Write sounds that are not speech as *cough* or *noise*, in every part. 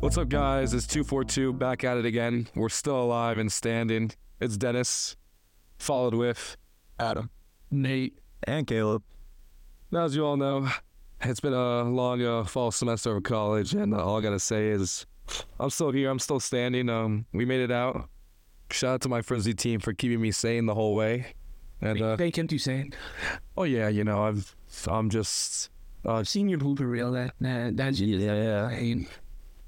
What's up, guys? It's 242 back at it again. We're still alive and standing. It's Dennis, followed with Adam. Nate. And Caleb. Now, as you all know, it's been a long uh, fall semester of college, and uh, all I gotta say is I'm still here. I'm still standing. Um, we made it out. Shout out to my frenzy team for keeping me sane the whole way. And uh, they kept you saying oh yeah, you know I've I'm just uh, I've seen your blooper reel that uh, that's Yeah. I-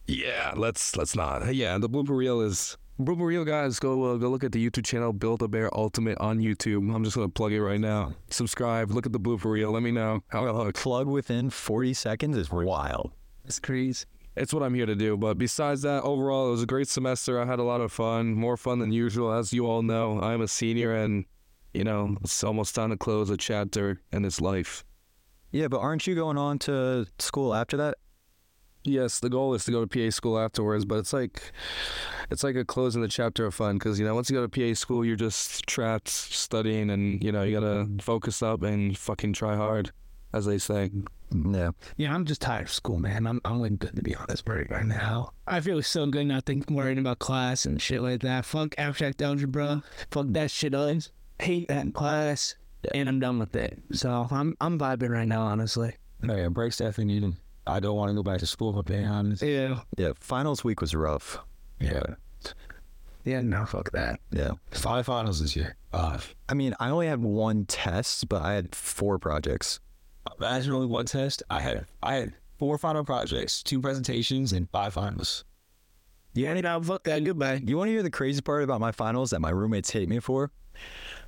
Yeah, let's let's not. Yeah, the blooper reel is blooper reel, guys. Go uh, go look at the YouTube channel Build a Bear Ultimate on YouTube. I'm just gonna plug it right now. Subscribe. Look at the blooper reel. Let me know how it looks. Plug within 40 seconds is wild. it's crazy. It's what I'm here to do. But besides that, overall, it was a great semester. I had a lot of fun, more fun than usual, as you all know. I'm a senior, and you know it's almost time to close a chapter in this life. Yeah, but aren't you going on to school after that? Yes, the goal is to go to PA school afterwards, but it's like it's like a closing the chapter of fun because you know once you go to PA school, you're just trapped studying, and you know you gotta focus up and fucking try hard, as they say. Yeah. Yeah, I'm just tired of school, man. I'm I'm like good to be honest right, right now. I feel so good not thinking worrying about class and shit like that. Fuck abstract algebra. Fuck that shit up. Hate that class. And I'm done with it. So I'm I'm vibing right now, honestly. No, yeah, breaks definitely needed. I don't want to go back to school, but being honest, Yeah. Yeah. Finals week was rough. yeah, Yeah, no, fuck that. Yeah. five finals this year. Five. I mean, I only had one test, but I had four projects. Imagine only one test. I had I had four final projects, two presentations, and five finals. Yeah, no, fuck that. Goodbye. You want to hear the crazy part about my finals that my roommates hate me for?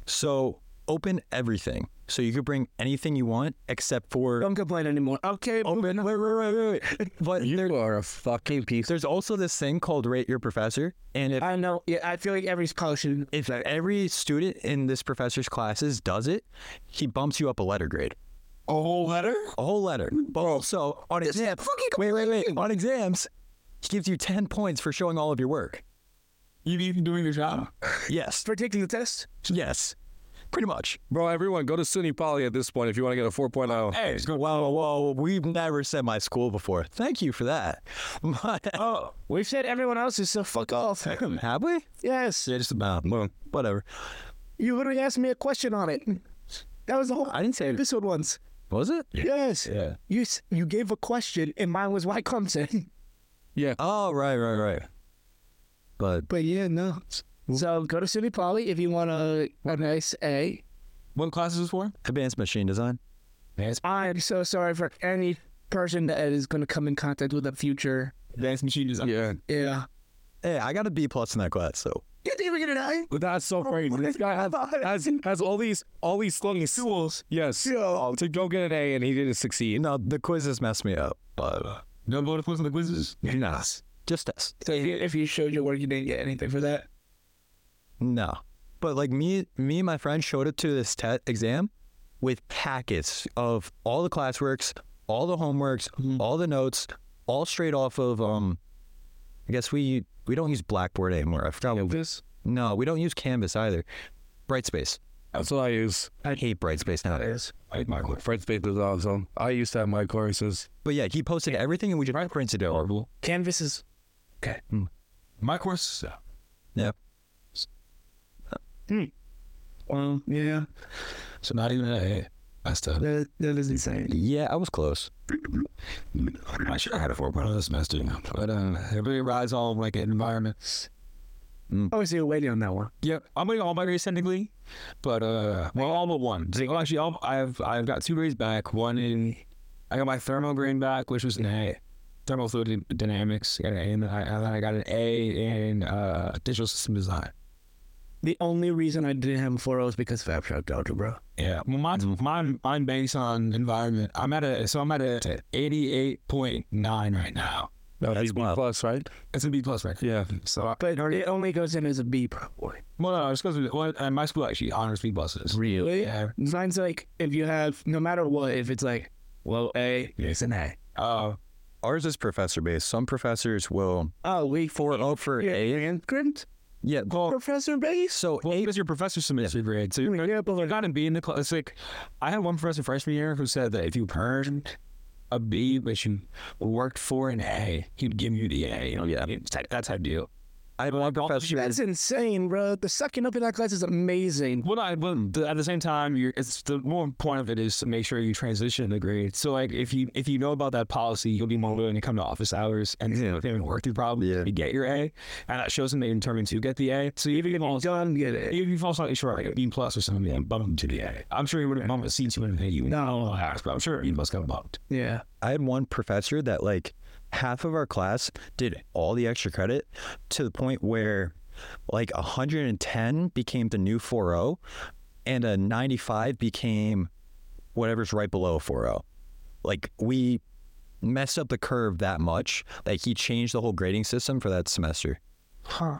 So open everything. So you could bring anything you want except for. Don't complain anymore. Okay, Open. Oh, Wait, wait, wait, wait. But there, are a fucking piece. there's also this thing called rate your professor, and if I know. Yeah, I feel like every college should. if every student in this professor's classes does it, he bumps you up a letter grade. A whole letter? A whole letter. But also on exams. Wait, wait, wait. On exams, he gives you ten points for showing all of your work. You even doing your job? Yes. For taking the test? Yes. Pretty much. Bro, everyone, go to SUNY Poly at this point oh. if you want to get a 4.0. Hey, it's good. Wow, whoa, we've never sent my school before. Thank you for that. *laughs* Oh, We've said everyone else is so fuck *laughs* off. Have we? yes. Yeah, just about. Well, Whatever. You literally asked me a question on it. That was the whole I didn't say episode once. Was it? Yes. yeah. You s- you gave a question and mine was *laughs* why Clemson. Oh, right, right, right. But But yeah, no. So go to City Poly if you want a, a nice A. What class is this for? advanced machine design. Advanced, I'm so sorry for any person that is going to come in contact with the future. advanced machine design. yeah. Yeah. Hey, I got a B plus in that class, so You think we're going to die? But that's so Oh crazy. This guy has, has, has all these all these things. Tools. Yes. To go get an A and he didn't succeed. no, the quizzes messed me up. But No bonus points on the quizzes. nah, just tests. So if you, if you showed your work, you didn't get anything for that? No. But like me, me and my friend showed up to this te- exam with packets of all the classworks, all the homeworks, all the notes, all straight off of um. I guess we we don't use Blackboard anymore. I forgot. what- This? no, we don't use Canvas either. Brightspace. That's what I use. I hate Brightspace nowadays. Like Michael. Brightspace is awesome. I used to have my courses. But yeah, he posted everything and we just printed it. out. Horrible. Canvas is My course. uh, Yeah. Well, yeah, So not even a. That's tough. that, that is insane. Yeah, I was close. I should have had a 4.0 this semester, but uh, everybody rides all like environment. Mm. I was still waiting on that one. Yep, I'm getting all my grades technically, but uh, well, all but one. So, well, actually, all, I've I've got two grades back. One in, I got my thermal grade back, which was an A. Thermal fluid dynamics, I got an A, and, I, and then I got an A in uh, digital system design. The only reason I didn't have four O was because of abstract algebra. Yeah, well, mine, mine, mine based on environment. I'm at a so I'm at a 88.9 right now. That That's was B wild. plus, right? It's a B plus right now. Yeah. So, I, But it only goes in as a B, probably. well, no, it's because well, uh, my school actually honors B pluses. Really? Yeah. Mine's like if you have no matter what, if it's like well A, it's an A. Uh, Ours is professor based. Some professors will Oh, we for oh for yeah, a Grint, yeah. Professor Base. So Well, a because your professor submits your grade, so you're, Yeah, but you're gonna be in the class. It's like I had one professor freshman year who said that if you earned a B, but you worked for an A. He'd give you the A. You know, yeah, I mean, it's like- that's how I do. I had one professor. That's insane, bro. The sucking up in that class is amazing. Well, I, well, the- at the same time, you're, it's the more point of it is to make sure you transition the grade. So, like, if you if you know about that policy, you'll be more willing to come to office hours and you know, they even work through problems. Yeah. You get your A, and that shows them that you're determined to get the A. So even if you done get it, if you fall slightly short, like a B plus or something, yeah, bump them to the A. I'm sure you wouldn't bump a C to an A. You no, but I'm sure you must have bumped. Yeah. I had one professor that like half of our class did all the extra credit to the point where like 110 became the new 40 and a 95 became whatever's right below 40. Like we messed up the curve that much that he changed the whole grading system for that semester. Huh.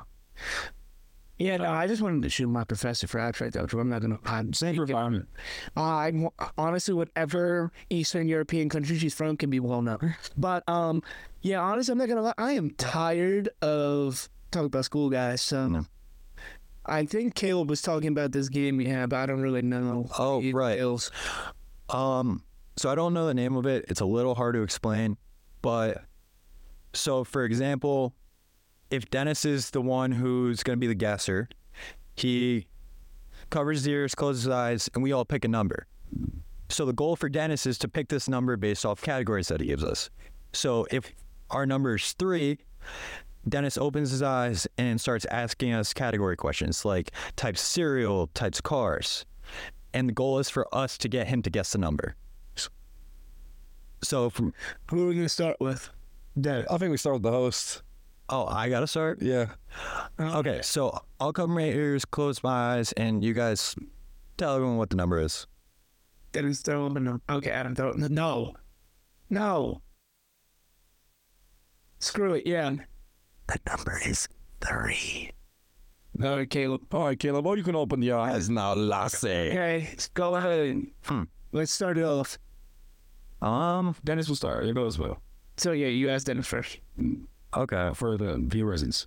Yeah, no, I just wanted to shoot my professor for abstract algebra. I'm not gonna. I'm Safe environment. I honestly, whatever Eastern European country she's from can be blown up. But um, yeah, honestly, I'm not gonna lie. I am tired of talking about school, guys. So No. I think Caleb was talking about this game we had, but I don't really know. Oh, the right. details. Um, so I don't know the name of it. It's a little hard to explain, but so for example, if Dennis is the one who's going to be the guesser, he covers his ears, closes his eyes, and we all pick a number. So the goal for Dennis is to pick this number based off categories that he gives us. So if our number is three, Dennis opens his eyes and starts asking us category questions like types of cereal, types of cars. And the goal is for us to get him to guess the number. So, from, Who are we gonna start with? I think we start with the host. oh, I got to start? Yeah. Okay, so I'll cover my ears, close my eyes, and you guys tell everyone what the number is. Dennis Throwman. Okay, Adam Throwman. No, no. Screw it. Yeah. The number is three. All right, Caleb. All right, Caleb. Oh, you can open your eyes now, lassie. Okay, let's go ahead. Hmm. Let's start it off. Um, Dennis will start. It goes well Uh, So yeah, you asked Dennis first. okay. for the viewers.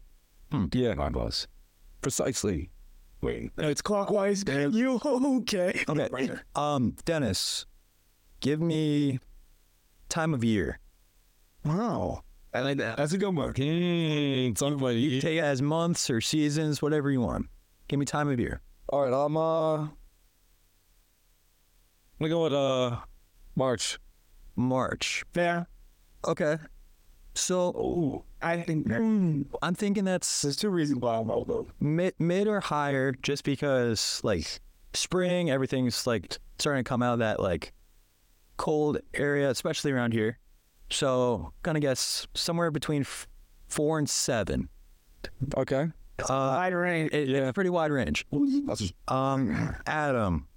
Yeah, My boss. precisely. Wait. No, it's clockwise. You okay? *laughs* Okay. Um, Dennis, give me time of year. Wow, I like that. That's a good one. Mm, somebody. Take it as months or seasons, whatever you want. Give me time of year. All right, I'm uh, I'm gonna go with uh, March. March. Fair. Okay. So Ooh, I think hmm, I'm thinking that's there's two reasons why I'm old. mid, mid or higher, just because like spring, everything's like starting to come out of that like cold area, especially around here. So gonna guess somewhere between f- four and seven. Okay. Uh, Wide range. it, It's a pretty wide range. That's Um, Adam,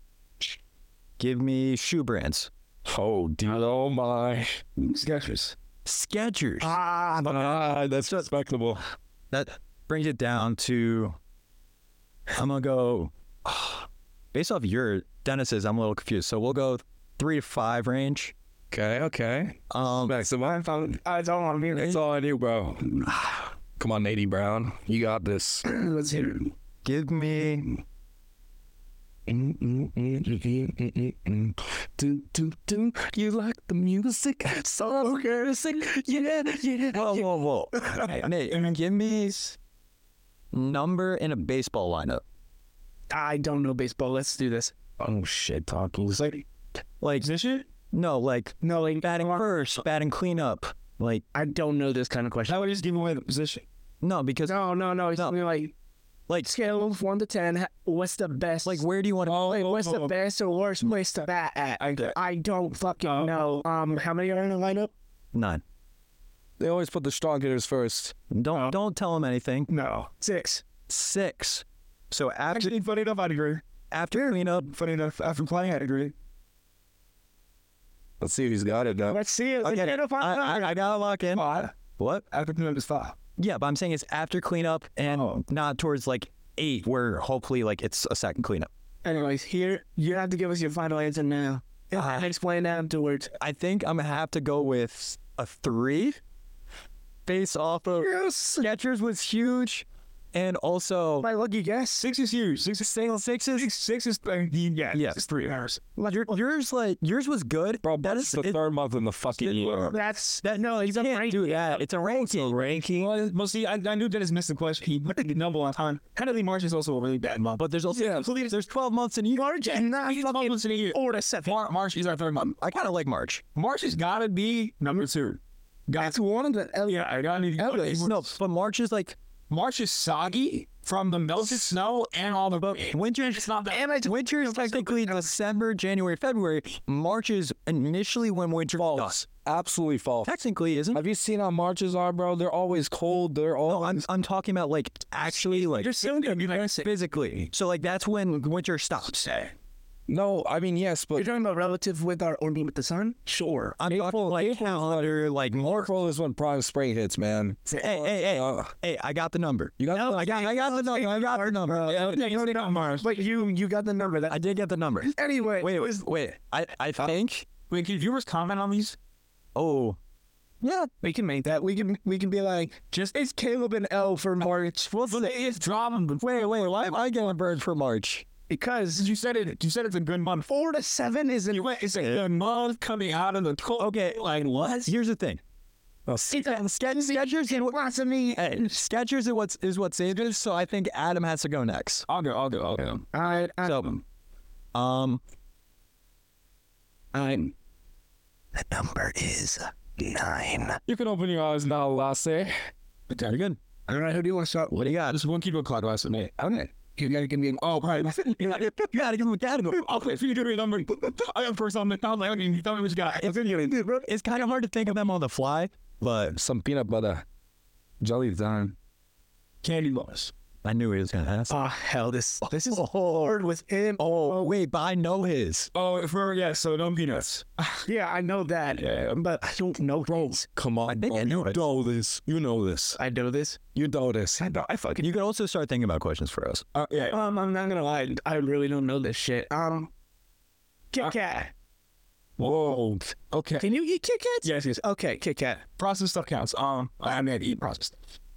give me shoe brands. oh dear. Oh my. Sketchers. Skechers. Ah, ah that's respectable. That brings it down to. I'm gonna go. *sighs* Based off your Dennis's, I'm a little confused. So we'll go three to five range. Okay. Okay. Um, Back to my phone. I don't want to be. It's all I do, bro. Come on, Nady Brown. You got this. Let's hit it. give me. Do do do. You like the music? Solo music. Yeah, yeah. Whoa, whoa, whoa! Hey, Nate, give me s- number in a baseball lineup. I don't know baseball. Let's do this. Oh shit, tacos. Like, Like Position? no, like No, like, batting first, batting cleanup. Like I don't know this kind of question. That would just give away the position. no, because No, no, no. It's No. something like like scale of one to ten. ha- What's the best? like Hmm. where do you want to? Wait, what's the best or worst place to bat at? I, I don't Uh-huh. fucking know. Um, how many are in the lineup? None. they always put the strong hitters first. Don't don't tell him anything. No, six. Six. So after Actually, funny enough, I'd agree. after cleanup, Funny enough, after playing, I'd agree. Let's see who's got it now. Let's see. it. Oh. Okay. Identify- I, I, I gotta lock in. Five. What? After playing, it's five. Yeah, but I'm saying it's after cleanup and Oh. not towards like eight, where hopefully like it's a second cleanup. Anyways, here you have to give us your final answer now. Ah. And explain afterwards. I think I'm gonna have to go with a three, based off of Yes. Skechers was huge. And also, My lucky guess. Six is huge. Six is single sixes. six, six is yeah. Yeah. It's three hours. Your, yours like yours was good. Bro, that that's is the it- third month in the fucking year. That's that. No, he's a can't right. do that. It's a ranking. Ranking. Well, well see, I, I knew Dennis missed the question. He put the number on time. Kennedy March is also a really bad month. But there's also there's 12 months in year. Large and not He's fucking months in a year. four to seven. Mar- March is our third month. I kind of like March. March has got to be number two. Got Oh, That's one of the. yeah, I got to No, but March is like March is soggy from the melted snow and all the winter. It's not that. And I, winter is technically December, January, February. March is initially when winter falls. Absolutely false. Technically, isn't? Have you seen how marches are, bro? They're always cold. They're all. No, I'm I'm talking about like actually like You're still gonna be like physically. So like that's when winter stops. No, I mean yes, You're but talking about relative with our orbiting with the sun. Sure. I'm talking like calendar, like March. April is when prime spring hits, man. Hey, hey, hey, Uh, hey! I got the number. You got the- I got, I got the number. I got the number. Yeah, you already got Mars. But you you got the number. That I did get the number. anyway. Wait, wait, wait. I, I think. Wait, can viewers comment on these? Oh, yeah. We can make that. We can we can be like just it's Caleb and L for March. Well, It's drama. Wait, wait. Why am I getting bird for March? because You said it. You said it's a good month. four to seven is an You went. It's a good month coming out of the cold. Okay. like what? Here's the thing. it's a Skechers and lots of me. Hey, Skechers is what's is what's in it, so I think Adam has to go next. I'll go. I'll go. I'll go. I I So, um, I'm. the number is nine. you can open your eyes now, Lassie. uh, you're good. All right, who do you want to start? What do you got? Just one kilo clockwise with me. I'm it. You gotta give me an oh, right. *laughs* you gotta give me a *laughs* category. I'll play. If you give me a number, I am first on the top. Like, you tell me what you got. It's, it's kind of hard to think of them on the fly, but Some peanut butter, jelly time. Candy bars. I knew he was gonna ask. Ah, hell, Oh, this this is hard with him. Oh, wait, but I know his. Oh, for yeah. So no peanuts. Yeah, I know that, Yeah. but I don't know these. Come on, think bro. I you know it. know this. You know this. I know this. You know this. I, I fucking. You could also start thinking about questions for us. Uh, yeah. Um, I'm not gonna lie, I really don't know this shit. Um, Uh, Kit Kat. Whoa. Okay. Can you eat Kit Kats? Yes, yes. Okay, Kit Kat. Processed stuff counts. Um, I I mean, I eat processed.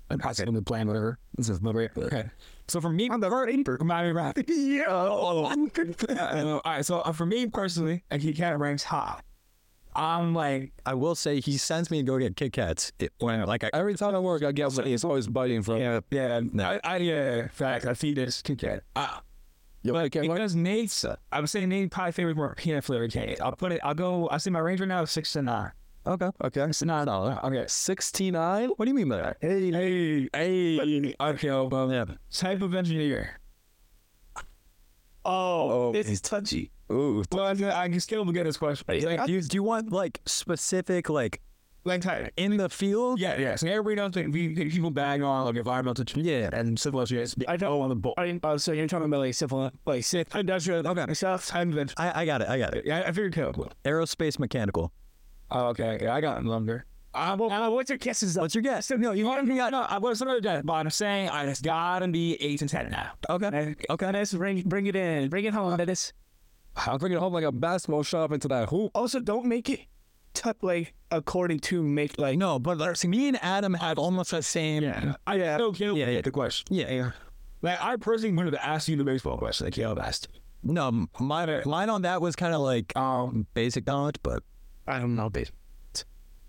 I'm processing the plan, whatever. This is number eight. Okay. So for me, I'm the very eight. My rap. Yeah. Oh, I'm good. All right. So uh, for me personally, a Kit Kat ranks high. I'm like, I will say he sends me to go get Kit Kats it- when like I, Every time I work, I get something. It's always biting from. Yeah. yeah, I, I yeah, fact. I feed this Kit Kat. Uh, Yo, but okay, what- because Nate's, uh, I'm saying Nate probably favorite more peanut flavored candy. I'll put it. I'll go. I see my range right now is six to nine. okay. Okay. It's nine dollars. Okay. Sixty-nine. What do you mean by that? Hey, hey, hey. Okay, well, Yeah. type of engineer. Oh, this is touchy. Ooh. Well, I, can- I can still get this question. Like, Do you, do you want like specific like like type. in the field? Yeah, yeah. So everybody knows that we that people bang on like environmental change Yeah. and civil engineers. I don't want the boy. I mean, oh, so you're talking about like civil, like sick industrial okay. stuff. Type of engineer. I, I got it. I got it. Yeah, I- I figured Caleb would. Aerospace mechanical. Oh, okay. Yeah, I got lumber. I'm, Uh, what's your guesses? What's your guess? so, no, you want to no, I was another day, but I'm saying I just gotta be eight and ten now. Okay. Okay, Dennis, bring bring it in, bring it home, Dennis. I'm bringing home like a basketball shop into that hoop. Also, don't make it type like according to make like No, but like, me and Adam had almost the same. Yeah. I yeah. no Caleb Yeah, yeah. the question. Yeah. yeah. Like I personally wanted to ask you the baseball question that Caleb asked. No, m- mine, mine on that was kind of like Um basic knowledge, but I don't know, babe.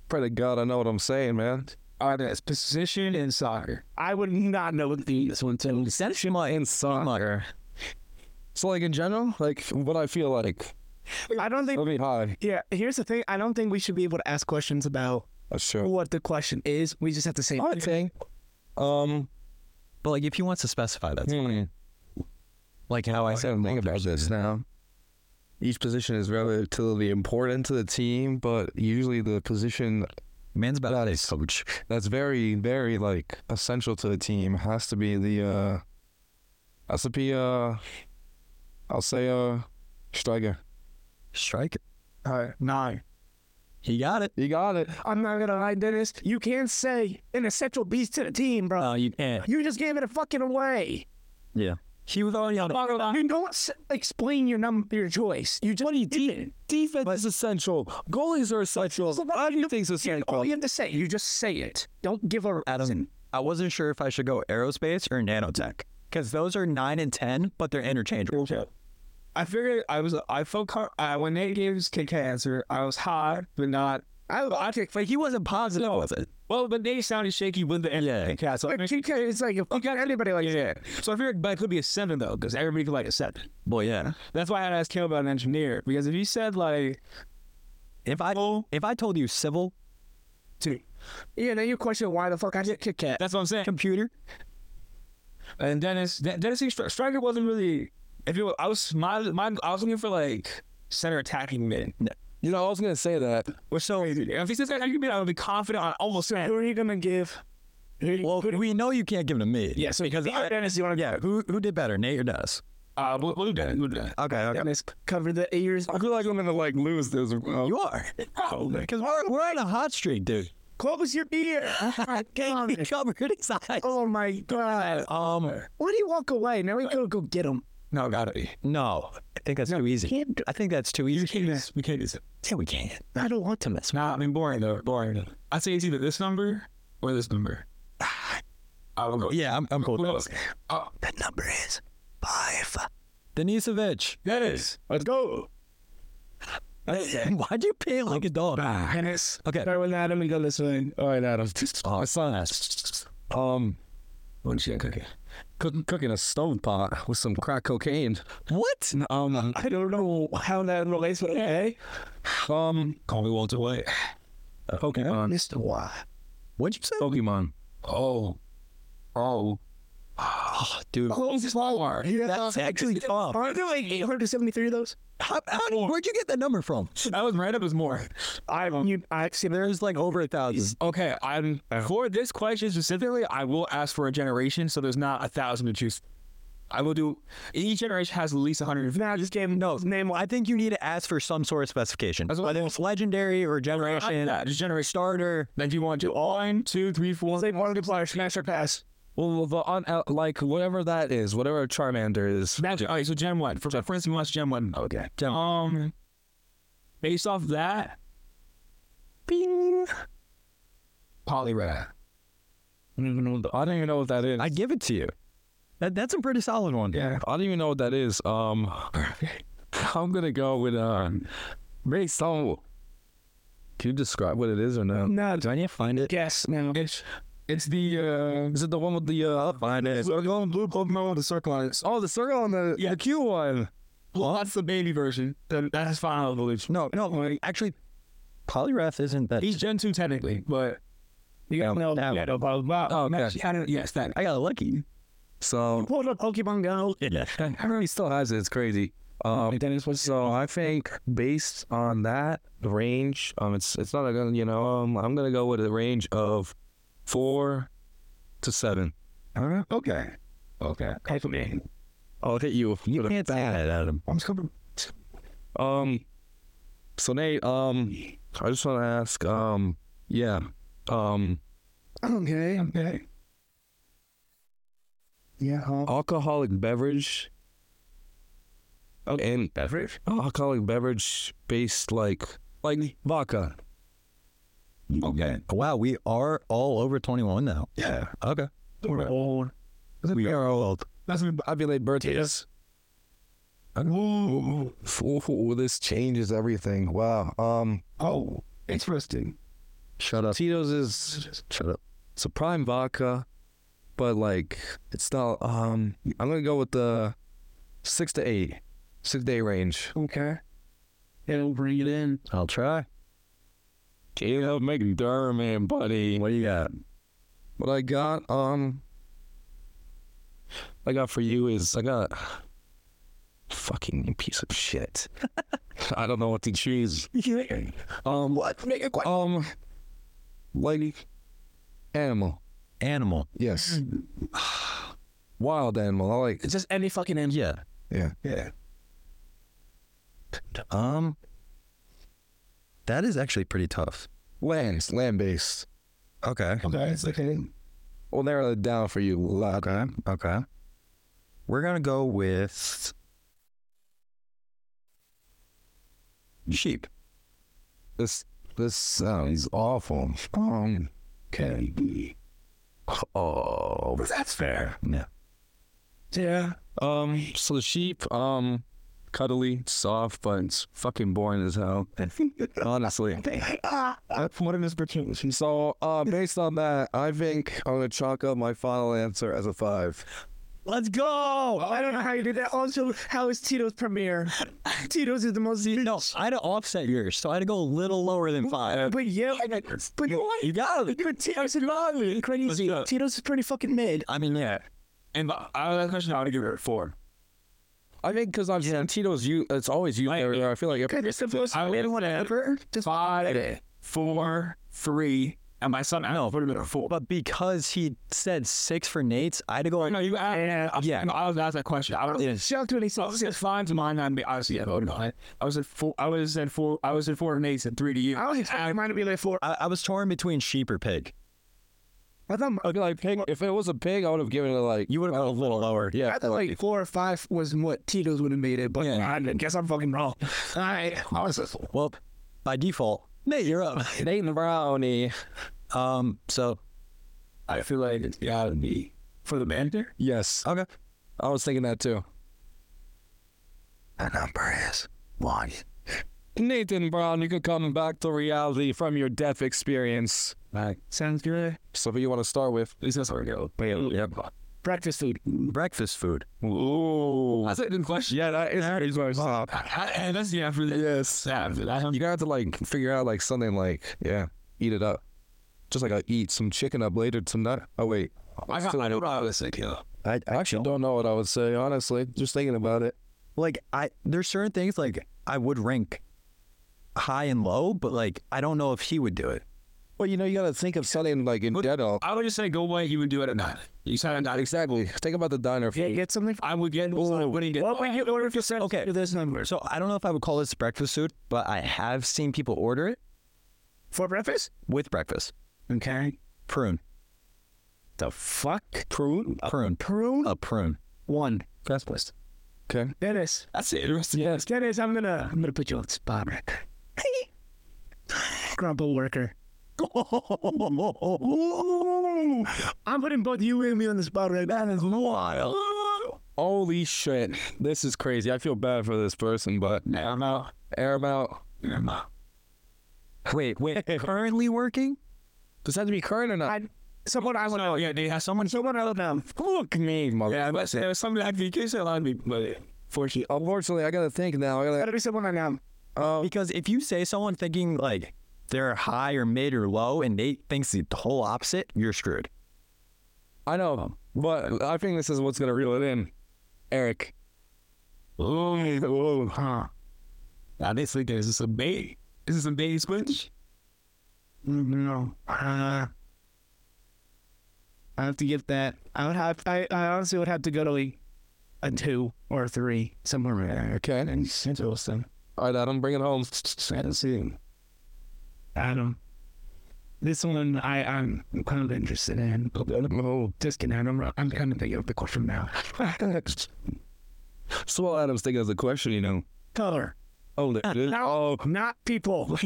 Pray to God, I know what I'm saying, man. uh, that's position in soccer. I would not know what the this one too. Shima in soccer. soccer. So, like in general, like what I feel like. I don't think. Let me hide. Yeah, here's the thing. I don't think we should be able to ask questions about Uh, sure. what the question is. We just have to say. I think. Um. But like, if he wants to specify that, hmm. like how I I said, said think about this now. Each position is relatively important to the team, but usually the position man's about his coach. that's very, very like essential to the team has to be the uh has to be uh I'll say uh striker. Strike it. Uh, nine. He got it. You got it. I'm not gonna lie, Dennis. You can't say an essential piece to the team, bro. Uh, you can't. you just gave it a fucking away. Yeah. He was already on. You don't s- explain your num your choice. You just what do you did? Defense is essential. Goalies are essential. Everything's Everything's essential. All you have to say, you just say it. Don't give a Adam, I wasn't sure if I should go aerospace or nanotech because those are nine and ten, but they're interchangeable. I figured I was I felt com- uh, when Nate gave his KK answer, I was hot, but not. I logic like he wasn't positive with it. Well, but Nate sounded shaky with the end. Yeah. KK, so I mean, KK, it's like if you got anybody like yeah. So I figured, but it could be a seven though, because everybody could like a seven. Well, yeah. That's why I had to ask him about an engineer because if you said like If I Oh. if I told you civil two, Yeah, then you question why the fuck I did Kit Kat. that's what I'm saying. computer, And Dennis, De- Dennis Str- Striker wasn't really. If it was, I was my, my I was looking for like center attacking mid. You know, I was gonna say that. Which so if he says attacking mid, I would be confident on almost that. Who are you gonna give? Who are you- well, we know you can't give them to me. Yeah, so because I, Dennis, you want to Yeah. Who who did better, Nate or Dennis? Uh, we'll, we'll do that. We'll do that. Okay. okay. Let's cover the ears. I feel like I'm gonna like lose this. Uh, You are Probably. because we're we're on a hot streak, dude. Close your ear. Oh my He god. covered his *laughs* eyes. *laughs* Oh my god. Um. Why do you walk away? Now we gotta go get him. No, gotta be. No, I think that's too easy. can't do- I think that's too We easy. can't do this. We can't do this. Yeah, we can't. I don't want to mess. Nah, I mean, boring though. Boring. I'd say it's either this number or this number. *sighs* I will go. Yeah, I'm, I'm cool. Who else? Oh, That number is five. Denisovich, Dennis. Let's go. *laughs* why'd you pay like a dog? Dennis. Okay. Start with Adam and go this way. uh, All right, Adam. Oh, I saw that. Um, One shit cookie. cook, cooking a stone pot with some crack cocaine. What? Um, I don't know how that relates with hey. um, Call me Walter White. um, Pokemon. Mr. Why? What'd you say? Pokemon. Oh. Oh. Oh, dude, Close this wall wire. that's actually tough. Aren't there like 873 of those? How, how, where'd you get that number from? That was right up as more. I'm you, I see there. There's like over a thousand. Okay, I'm for this question specifically. I will ask for a generation, so there's not a thousand to choose. I will do. Each generation has at least 150. Now just gave him no name. I think you need to ask for some sort of specification, That's what- whether it's legendary or And generation, uh, just generation. starter. Then do you want to one, two, three, four? Say multiplier, smash or pass. Well, the on uh, like whatever that is, whatever Charmander is. Magic. All right, so Gen 1. For, for instance, we watched Gen 1. Okay. Um, based off that, Bing. I Polyrat. don't even know. I don't even know what that is. I give it to you. That, that's a pretty solid one. Yeah. I don't even know what that is. Um, *laughs* I'm gonna go with uh, Ray Stone. Can you describe what it is or no? No, Do I need to find it? guess now. It's, it's the, uh, Is it the one with the uh? Find it. so the one blue Pokemon with the circle on it. Oh, the circle on the Yeah. the Q one. Well, that's the baby version. Then That's Final Evolution. No, no, actually, Polyrath isn't that. He's Gen 2 technically, but. You got no, no. no, blah, blah, blah. Oh, okay. Actually, I don't- yes, that. I got lucky. So Pulled up Pokemon Go. Yeah. everybody still has it. It's crazy. Um, Dennis was so I think based on that range, um, it's it's not a gun. You know, um, I'm gonna go with a range of four to seven. Okay. Okay. for me. I'll hit you. You can't say that, Adam. I'm just coming. Um, so Nate, um, I just want to ask, um, yeah, um, Okay. Okay. Yeah. Huh? alcoholic beverage. And Beverage? alcoholic beverage based like like vodka. Okay. Wow, we are all over 21 now. Yeah. Okay. We're old. We are old. Oh, That's what I feel like birthdays. Ooh. Ooh, this changes everything. Wow. Um, Oh, *laughs* interesting. Shut up. Tito's is Shut up. it's a prime vodka, but like it's not. Um, I'm gonna go with the six to eight, six day range. Okay. It'll bring it in. I'll try. Tito, make derm, man, buddy. What do you got? What I got, um, I got for you is I got fucking piece of shit. *laughs* I don't know what to choose. Um, What? Make it quick. um, lady, animal, Animal. *sighs* yes, wild animal. I like It's just any fucking end. Yeah. yeah. Yeah. Um, that is actually pretty tough. Lambs, land based. Okay. Okay. It's okay. We'll narrow it down for you. Lot. Okay. Okay. We're going to go with sheep. This this sounds awful. Um, Okay. Oh, But that's fair. *laughs* yeah. Yeah. Um, so the sheep, um, cuddly, soft, but it's fucking boring as hell. Honestly. What a misfortune. Oh, So, uh, based on that, I think I'm gonna chalk up my final answer as a five. Let's go! Oh, I don't know how you did that. Also, how is Tito's premiere? Tito's is the most. No, I had to offset yours, so I had to go a little lower than five. But yeah, I got. But what? You got it. But Tito's in Molly. Crazy. go. Tito's is pretty fucking mid. I mean, yeah. And the other question, I would give it a four. I think because I've seen Tito's you, it's always you. I, feel like Okay, this is the most I would- mid one ever. Just Five, four, three, and my son. I don't know, put him at a four. But because he said six for Nate's, I had to go. no, you. I, I, Yeah. no, I was asked that question. I don't. Yeah. shocked when he saw I was at five to mine. I'd be honestly, I voted on it. I was at four. I was at four. I was at four and eight and three to you. I was expecting mine to be like four. I, I was torn between sheep or pig. I thought, Okay, like pig. If it was a pig, I would have given it like You would have gone a little lower. yeah. I thought like four or five was what Tito's would have made it, but Yeah. I guess I'm fucking wrong. All right, I was just Well, by default, Nate, you're up. *laughs* *laughs* Nathan Brownie. Um, so I feel like it's gotta be for the banter. Yes, okay. I was thinking that too. The number is one. Nathan Brown, you could come back to reality from your death experience. Like, sounds good. So, who you want to start with? at least that's where we go. But yeah, yeah. Breakfast food. Breakfast food. Ooh, That's a good question. yeah, that is, that is my And that's yeah for the yes. Yeah, for that. You gotta have to like figure out like something like yeah, eat it up. Just like I eat some chicken up later tonight. Oh wait, I got I know what I was thinking. though. I, I actually don't know what I would say honestly. Just thinking about it. like I there's certain things like I would rank high and low, but like I don't know if he would do it. Well, you know, you gotta think of something like in But- general. I would just say go away. You would do it at nine. You said at nine. Exactly. Think about the diner. Yeah, get something. I would get. what do you get? What would you order if you said Okay. to this number? So I don't know if I would call this breakfast food, but I have seen people order it For breakfast? with breakfast. Okay. Prune. The fuck? Prune. Prune. Prune? A prune. One. Breakfast list. Okay. Dennis. That's interesting. Yes. Dennis, I'm gonna *laughs* I'm gonna put you on the spot right there. Grumble worker. I'm putting both you and me on the spot right now. That is wild. Holy shit. This is crazy. I feel bad for this person, but Nah, I'm out. air 'em out. I'm out. Wait, *laughs* wait. currently working? Does that have to be current or not? I, someone I would No, yeah, they have someone. someone I would know. Look me, mother. Yeah, but there was something I think you said a lot of me, but uh, fortunately, Unfortunately, I gotta think now. I gotta. Gotta be someone I know. Um, Because if you say someone thinking like they're high or mid or low and Nate thinks the whole opposite, you're screwed. I know, but I think this is what's gonna reel it in. Eric. oh, oh, huh. Now this thing is this a bait? Is this a bait switch? No. Uh, I have to get that. I would have. I, I honestly would have to go to like a two or a three somewhere around there. Okay. And Central them. All right, Adam, bring it home. Adam. Adam. This one I I'm kind of interested in. Oh, Just kidding. I'm I'm kind of thinking of the question *laughs* now. so while Adam's thinking of the question, you know. Color. Oh, the- No, oh, not *laughs* people.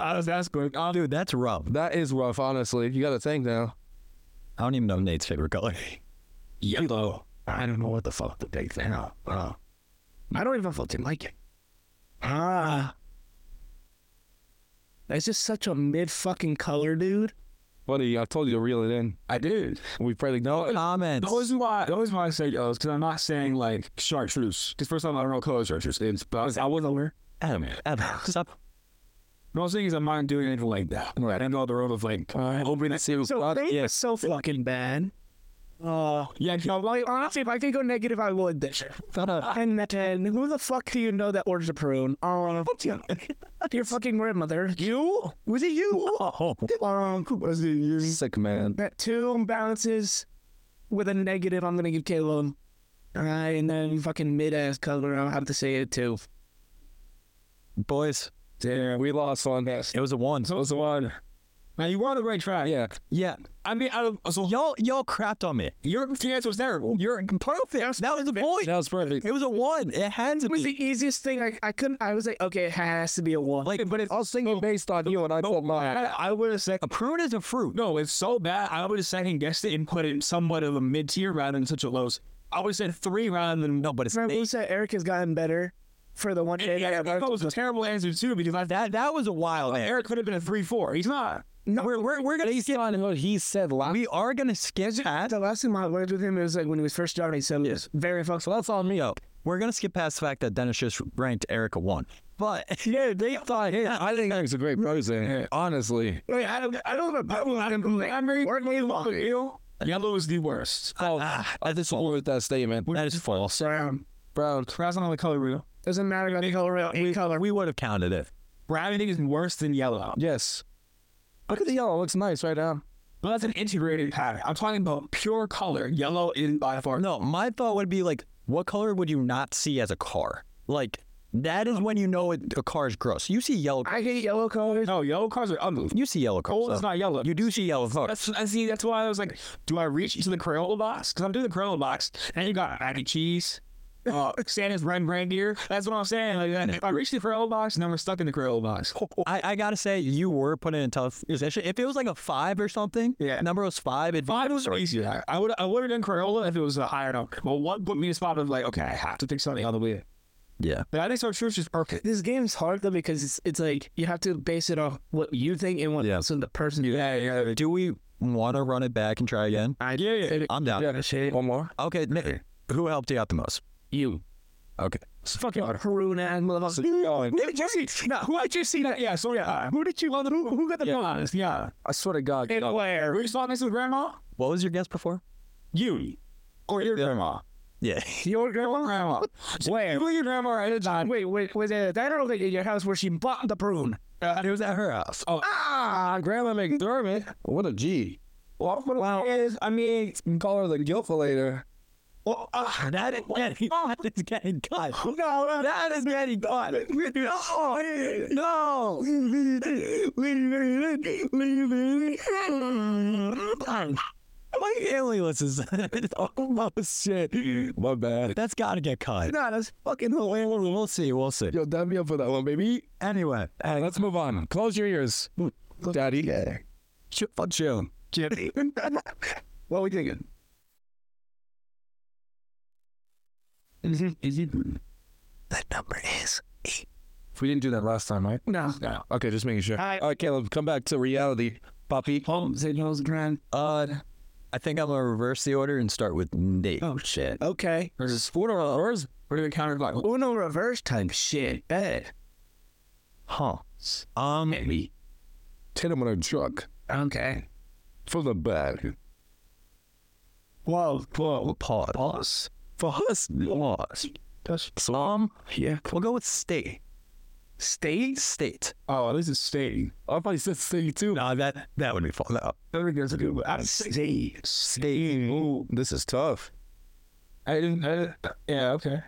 I was asking. I'll do oh, Dude, that's rough. that is rough. Honestly, you gotta think now. I don't even know Nate's favorite *laughs* color. yellow. I don't know what the fuck the big thing. Oh, Uh, oh. I don't even fucking like it. Ah. That's just such a mid fucking color, dude. Buddy, I told you to reel it in. I did. We probably know it. Comments. The *laughs* reason why the reason why I say yellow is because I'm not saying like chartreuse. Because first of all, I don't know what color chartreuse is, but I was, I was aware. Adam, Adam, stop. What I'm saying is I'm not doing anything like that. Right. I didn't go the road of like uh, hoping that seems So Well, they yes. so fucking bad. Oh, yeah. You know, like, like honestly, if I could go negative, I would. This year. And then, who the fuck do you know that orders a prune? Um, *laughs* your fucking grandmother. You? Was it you? *laughs* Oh, Um, was it you? Sick man. That two balances with a negative. I'm gonna give Caleb. All right, and then fucking mid ass color. I'll have to say it too. boys, Damn, we lost one. Yes. it was a one. So it's one. Now you were on the right track. Yeah. Yeah. I mean, out of so Y'all y'all crapped on me. your your answer was terrible. You're perfect. That was a point. That was perfect. It was a one. It had to It was be. the easiest thing. I, I couldn't. I was like, okay, it has to be a one. Like, but it's I was thinking based on you, and I thought mine. I, I would have said a prune is a fruit. no. It's so bad. I would have second guessed it and put it in somewhat of a mid tier rather than such a low. I would have said three rather than No, but it's Remember, we said Eric has gotten better for the one day. Yeah, that I that was a terrible answer too because I, that. That was a wild. answer. Eric could have been a three four. He's not. no, We're we're we're gonna. Based on what he said last. We are gonna skip past. the last time I worked with him, it was like when he was first starting. So it was very fucking. So that's on me. Up. We're gonna skip past the fact that Dennis just ranked Erica one. But *laughs* yeah, they thought. Yeah, I think Eric's a great person. Honestly, Like, I don't. I don't have a problem. I'm, like, I'm very working along with you. Yellow is the worst. oh, ah, ah, this one. with that statement, That is false. Brown Brown. Brown's not the color real. um, doesn't matter about the color. Any color. We would have counted it. Brown I think is worse than yellow. Yes. Look at the yellow. It looks nice right now. But that's an integrated pattern. I'm talking about pure color. Yellow is by far. No, my thought would be like, what color would you not see as a car? Like that is when you know it, a car is gross. You see yellow. I hate yellow colors. No, yellow cars are ugly. You see Oh, yellow cars. Gold is though. not yellow. You do see yellow cars. That's, I see. That's why I was like, do I reach into the Crayola box? Because I'm doing the Crayola box, and you got mac and cheese, uh, Santa's red reindeer. That's what I'm saying. Like, that- if I reach the Crayola box, then we're stuck in the Crayola box. Oh, I, I gotta say, you were put in a tough position. If it was like a five or something, Yeah. number was five. It, Five was easier. I would I would have done Crayola if it was a higher number. But one put me in a spot of like, okay, I have to pick something on the way. yeah, But I think Chartreuse is perfect. This game's hard though because it's it's like you have to base it off what you think and what Yeah. so the person. Yeah, yeah, uh, Do we want to run it back and try again? I, yeah, yeah. I'm down. Yeah. One more. Okay, Nick, who helped you out the most? You Okay. fucking Haruna and motherfucker. Jesse, no, who did you see that? Yeah, so yeah, uh, who did you want? Who, who got the yeah. honest? Yeah, I swear to God. And Blair. were you saw this with Grandma? What was your guess before? You or your grandma? Yeah. Your grandma? Grandma. Wait, who your grandma at the time? Wait, wait, was it that girl at your house where she bought the prune? Uh, it was at her house. Oh, Ah, Grandma McDermott. What a G. well, but wow. is, I mean, You can call her the guiltfilator. *laughs* well, uh, that is that is getting cut. *laughs* No, that is getting cut. Oh, *laughs* no. *laughs* My family listens. *laughs* oh shit. My bad. That's gotta get cut. No, that's fucking We'll, we'll see. We'll see. Yo, dab me up for that one, baby. Anyway, All right, let's move on. Close your ears, Daddy. Yeah. Chill, fuck chill. *laughs* Jimmy. what are we thinking? That number is We didn't do that last time, right? no. No. Okay, just making sure. I- All right, Caleb, come back to reality, puppy. Home signals grand. uh, I think I'm gonna reverse the order and start with Nate. Oh shit. Okay. There's food or ours? We're doing counterclockwise. Uno reverse type shit. Bad. Huh. Um. Maybe. Hit him on a truck Okay. for the bag. Whoa. Whoa. Pause. Pause. Pause. Pause. Um. Yeah. We'll go with state. State? State. Oh, this is stating. Oh, I thought he said thing too. No, that that would be fun. No. I think that's a good one. I didn't say State. stating. Ooh. This is tough. I didn't, I didn't. Yeah, okay.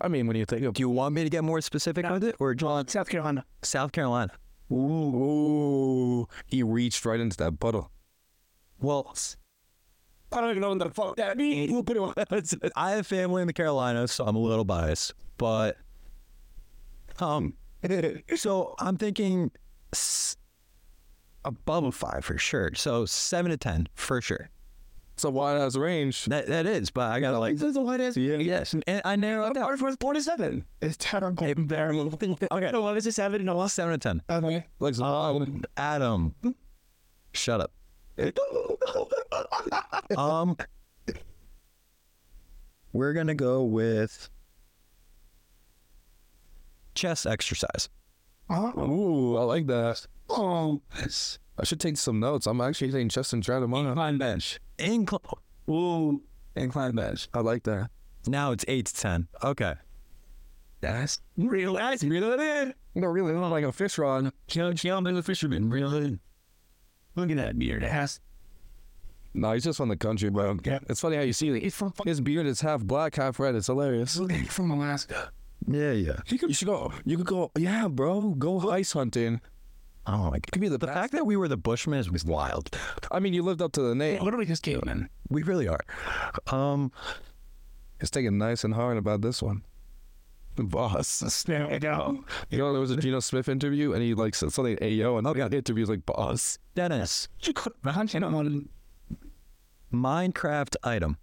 I mean, when you think of Do you want me to get more specific with it, or John? South Carolina. South Carolina? ooh, ooh, he reached right into that puddle. Well, I don't even know what the fuck that means. We'll put it on. I have family in the Carolinas, so I'm a little biased, but um, *laughs* so I'm thinking s- above a five for sure. So seven to ten for sure. It's a wide ass range. That that is, but I gotta like is what it is. yeah, yes, and I narrowed it down. Our first born is seven. It's terrible. Terrible. Okay. No, what is it? Seven. No, Seven to ten. Okay. Like, Um, Adam, shut up. um, we're gonna go with chest exercise. Uh-huh. ooh, I like that. Um, Oh. I should take some notes. I'm actually taking Justin trying tomorrow. Incline bench. Incline. Ooh. Incline bench. I like that. Now it's eight to ten. Okay. That's real. That's real. No, really, not like a fish rod. Chill, chill, middle fisherman. Really? Look at that beard. It has. No, he's just from the country, bro. Yeah. It's funny how you see It's from fucking. his beard is half black, half red. It's hilarious. from Alaska. Yeah, yeah. You should go. You could go. Yeah, bro. Go ice hunting. Oh my could be the The best. fact that we were the Bushmen is wild. I mean, you lived up to the name. What do we just get, man? We really are. Um, It's taking nice and hard about this one. The boss. There we go. You know, there was a Geno Smith interview, and he like said something AO, and oh god, the interview's like boss. Dennis, Behind channel on. Minecraft item.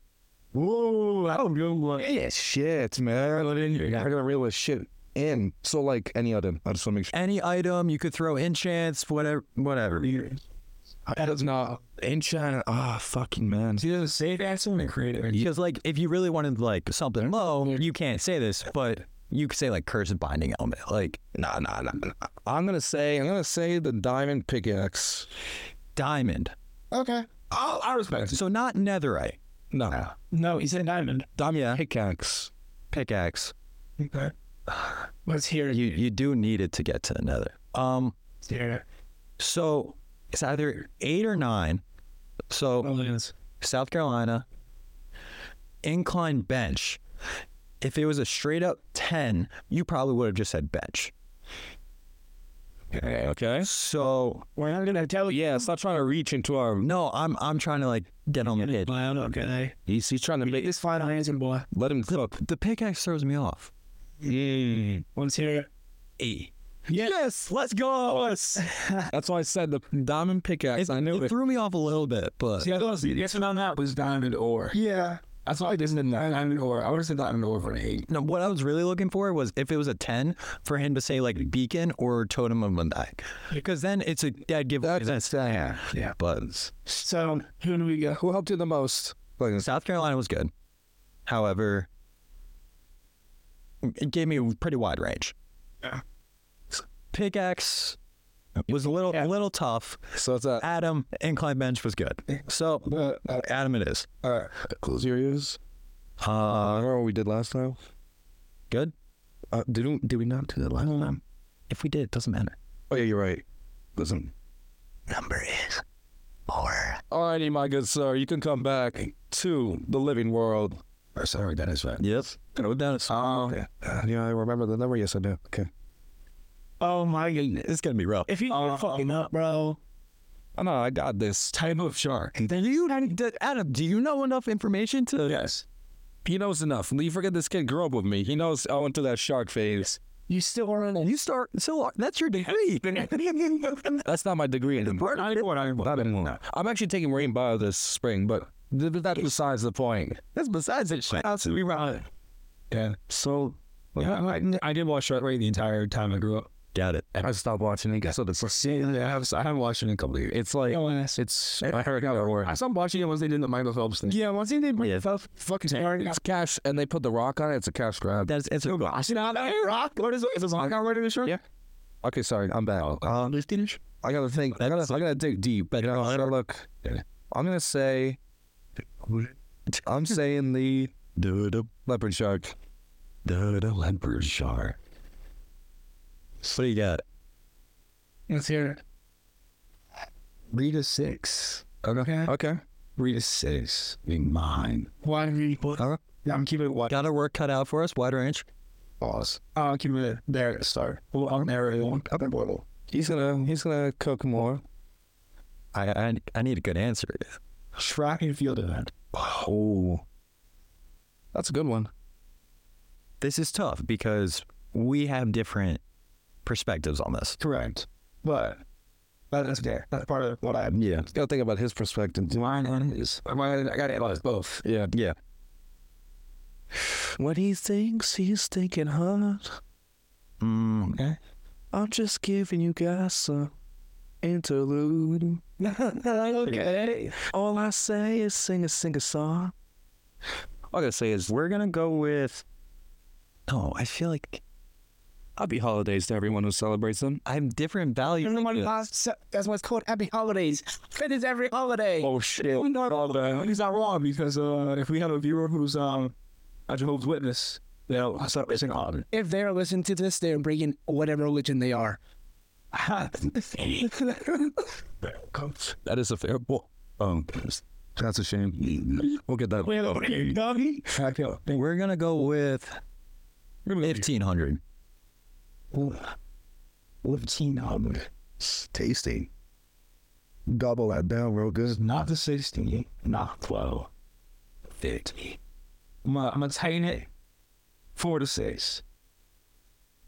Whoa, I don't know what. Yeah, shit, man. We're gonna reel this shit in. So like any other, I just want to make sure. Any item you could throw enchants, whatever, whatever. That is not in China. Ah, fucking man. See, there's a safe answer and a creative answer. Because like, if you really wanted like something low, you can't say this, but you could say like curse and binding element. Like Nah, nah, nah. nah. I'm gonna say, I'm gonna say the diamond pickaxe. diamond. Okay. I'll, I respect it. So not netherite. No, No, he said diamond. Yeah. pickaxe. Pickaxe. Okay. Let's hear it. You you do need it to get to the nether. Um. Let's hear it. So it's either eight or nine. So Oh, look at this. South Carolina, incline bench. If it was a straight up 10, you probably would have just said bench. Okay, okay. So, We're not gonna tell you. Yeah, it's not trying to reach into our. no, I'm I'm trying to like get on the pitch. Well, okay. He's, he's trying to make. This final answer, eh? boy. Let him cook. The pickaxe throws me off. Let's hear it. Eight. Yes, let's go. That's why I said the diamond pickaxe. I knew It it. threw me off a little bit, but See, I thought the answer on that was diamond ore. Yeah. I thought it isn't diamond ore. I would have said diamond ore for an eight. no, what I was really looking for was if it was a 10 for him to say like beacon or totem of Mundai. Because then it's a dead giveaway. That's, yeah. yeah. But So who do we go? Who helped you the most? Like, South Carolina was good. However, it gave me a pretty wide range. Yeah. Pickaxe was a little a little tough. so it's a. Adam incline bench was good. So Uh, uh, Adam it is. uh, close your ears. I Uh, don't know what we did last time. good. Uh, did we, did we not do that last time? If we did, it doesn't matter. Oh yeah, you're right. Listen. Number is four. Alrighty, my good sir, you can come back to the living world. Or sorry, that is right. Yes. No, that is- Um, Yeah, uh, yeah, I remember the number. Yes, I do. Okay. Oh my goodness. it's gonna be rough. If you are fucking up, bro. Oh, no, I got this. type of shark. Do you, d- Adam, do you know enough information to? Yes. He knows enough. Lee, forget this kid grew up with me. He knows I went through that shark phase. You still are in it. You start. So that's your *laughs* degree. That's not my degree anymore. I know what I Not anymore. I'm actually taking marine bio this spring, but th- th- that's besides the point. That's besides it. Absolutely right. Yeah. So Uh, yeah I, I did watch Shark Ray the entire time I grew up. Doubt it. I stopped watching it. So this, See, I haven't, I haven't watched it in a couple of years. it's like Oh, and that's- it's. I heard that word. I stopped watching it once they did the Michael Phelps thing. yeah, once he did yeah. Fucking terrible. It's cash, and they put the rock on it. It's a cash grab. That's it's a I see now that rock. What is it? Is it rock already? Sure. Yeah. Okay, sorry, I'm back. Um, this didn't. Oh, I gotta think. I gotta. I gotta dig deep. But you know, I gotta look. I'm gonna say. I'm saying *laughs* the Dude, leopard shark. dude. Leopard shark. What do you got? Let's hear it. Rita six. Okay. Okay. Rita six. Being mine. Why do we put? Huh? I'm keeping it wide. Got our work cut out for us. Wide range. Pause. I'll keep it there at the start. Well, I'm area one. Up and boil. He's gonna. He's gonna cook more. I I, I need a good answer. Track and field event. Oh. That's a good one. This is tough because we have different perspectives on this. Correct. But but that's there. That's part of what I have. Yeah. Gotta think about his perspective. Mine and his. Mine, I got to analyze both. Yeah. *sighs* Yeah. What he thinks he's thinking hard. Mm, Okay. I'm just giving you guys a *laughs* interlude. okay. All I say is sing a sing a song. All I gotta say is we're gonna go with. No, Oh, I feel like happy holidays to everyone who celebrates them. I have different values. Everyone lost. That's why it's called Happy Holidays. It is every holiday. Oh shit. No, no, no. He's not wrong because uh, if we have a viewer who's um, *laughs* a Jehovah's Witness, they'll start missing on. If they're listening to this, they're bringing whatever religion they are. That is a fair ball. um, that's a shame. We'll get that. Well, okay, doggy. Track field. We're gonna go with fifteen hundred. Fifteen hundred. It's tasty. Double that down real good. Not the 16, not 12, 15. I'm gonna, I'm gonna tighten it four to six.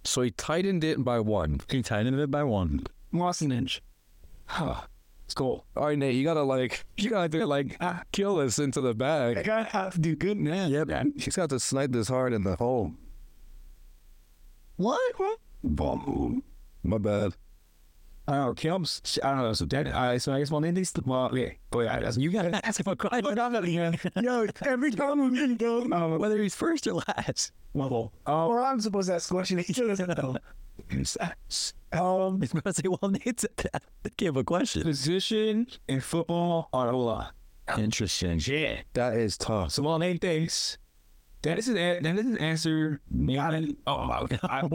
So he tightened it by one. He tightened it by one. Lost an inch. Huh. It's cool. All right, Nate, you gotta like, you gotta like kill this into the bag. gotta have to do good now. Yep. She's got to snipe this hard in the hole. What? What? Boom. My bad. I don't know. Kilms. I don't know. So dead. Uh, so I guess one of these. Well, yeah. Wait, I, you gotta *laughs* ask if I cried. I'm not here. No, *laughs* every time I'm in the um, Whether he's first or *laughs* last. level. Oh, or I'm supposed to ask questions. He doesn't know. *laughs* um, He's going to say, well, Nate said that. They gave a *laughs* question. position in football Oh, on a lot. Interesting. Yeah. That is tough. So while Nate thinks that is an a- that is an answer, me I didn't. Oh my god! I,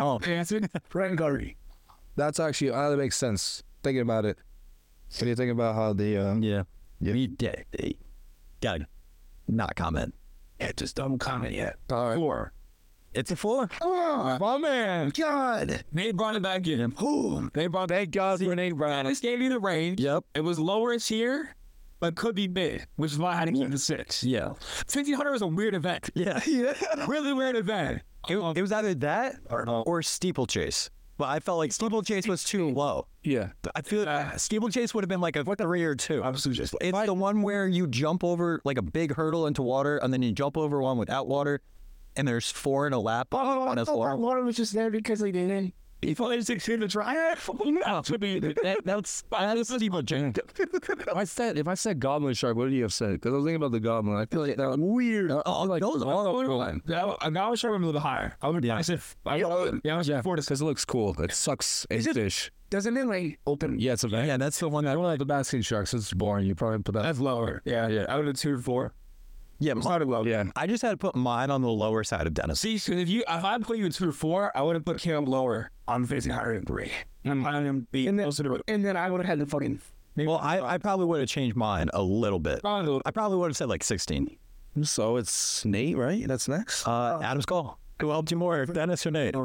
Wow. answered Brent Curry. That's actually uh, that makes sense. Thinking about it, when you think about how the um, Yeah. We did. Doug, not comment. Yeah, just don't comment yet. all right, Four. It's a four. Oh, my man, God. Nate brought it back in. Boom. they brought thank God for Nate Brown. This gave you the range. Yep. It was lowerish here, but could be mid, which is why I had to keep the six. Yeah. 1500 was a weird *laughs* event. *laughs* Yeah. Really weird event. It, It was either that or, or steeplechase. But I felt like steeplechase was too low. Yeah, I feel Uh, steeplechase would have been like a three or two. absolutely just It's the one where you jump over like a big hurdle into water, and then you jump over one without water, and there's four in a lap on a floor. water was just there because they didn't. If only they did the dryer, *laughs* that would be that, that's that's a deeper *laughs* change. if I said if I said Goblin Shark, what would you have said? Because I was thinking about the Goblin. I feel like that was weird. Oh, those are Now I should remember the higher. I would. Yeah. I said. I, yeah. I was yeah. Four to six. Because it looks cool. It sucks a fish. Doesn't it like open? Yeah, it's a yeah, that's the one. I don't like the basking sharks. It's boring. You probably put that. That's lower. Yeah. Yeah. I would have two or four. Yeah, It's not a low. Yeah. I just had to put mine on the lower side of Dennis. See, so if you if I put you in two or four, I would have put Cam lower. I'm facing higher than three. I'm higher than B. And then, and then I would have had the fucking. Well, I, I probably would have changed mine a little bit. I probably would have said like 16. So it's Nate, right? That's next. Uh, Adam's call. Who helped you more, Dennis or Nate?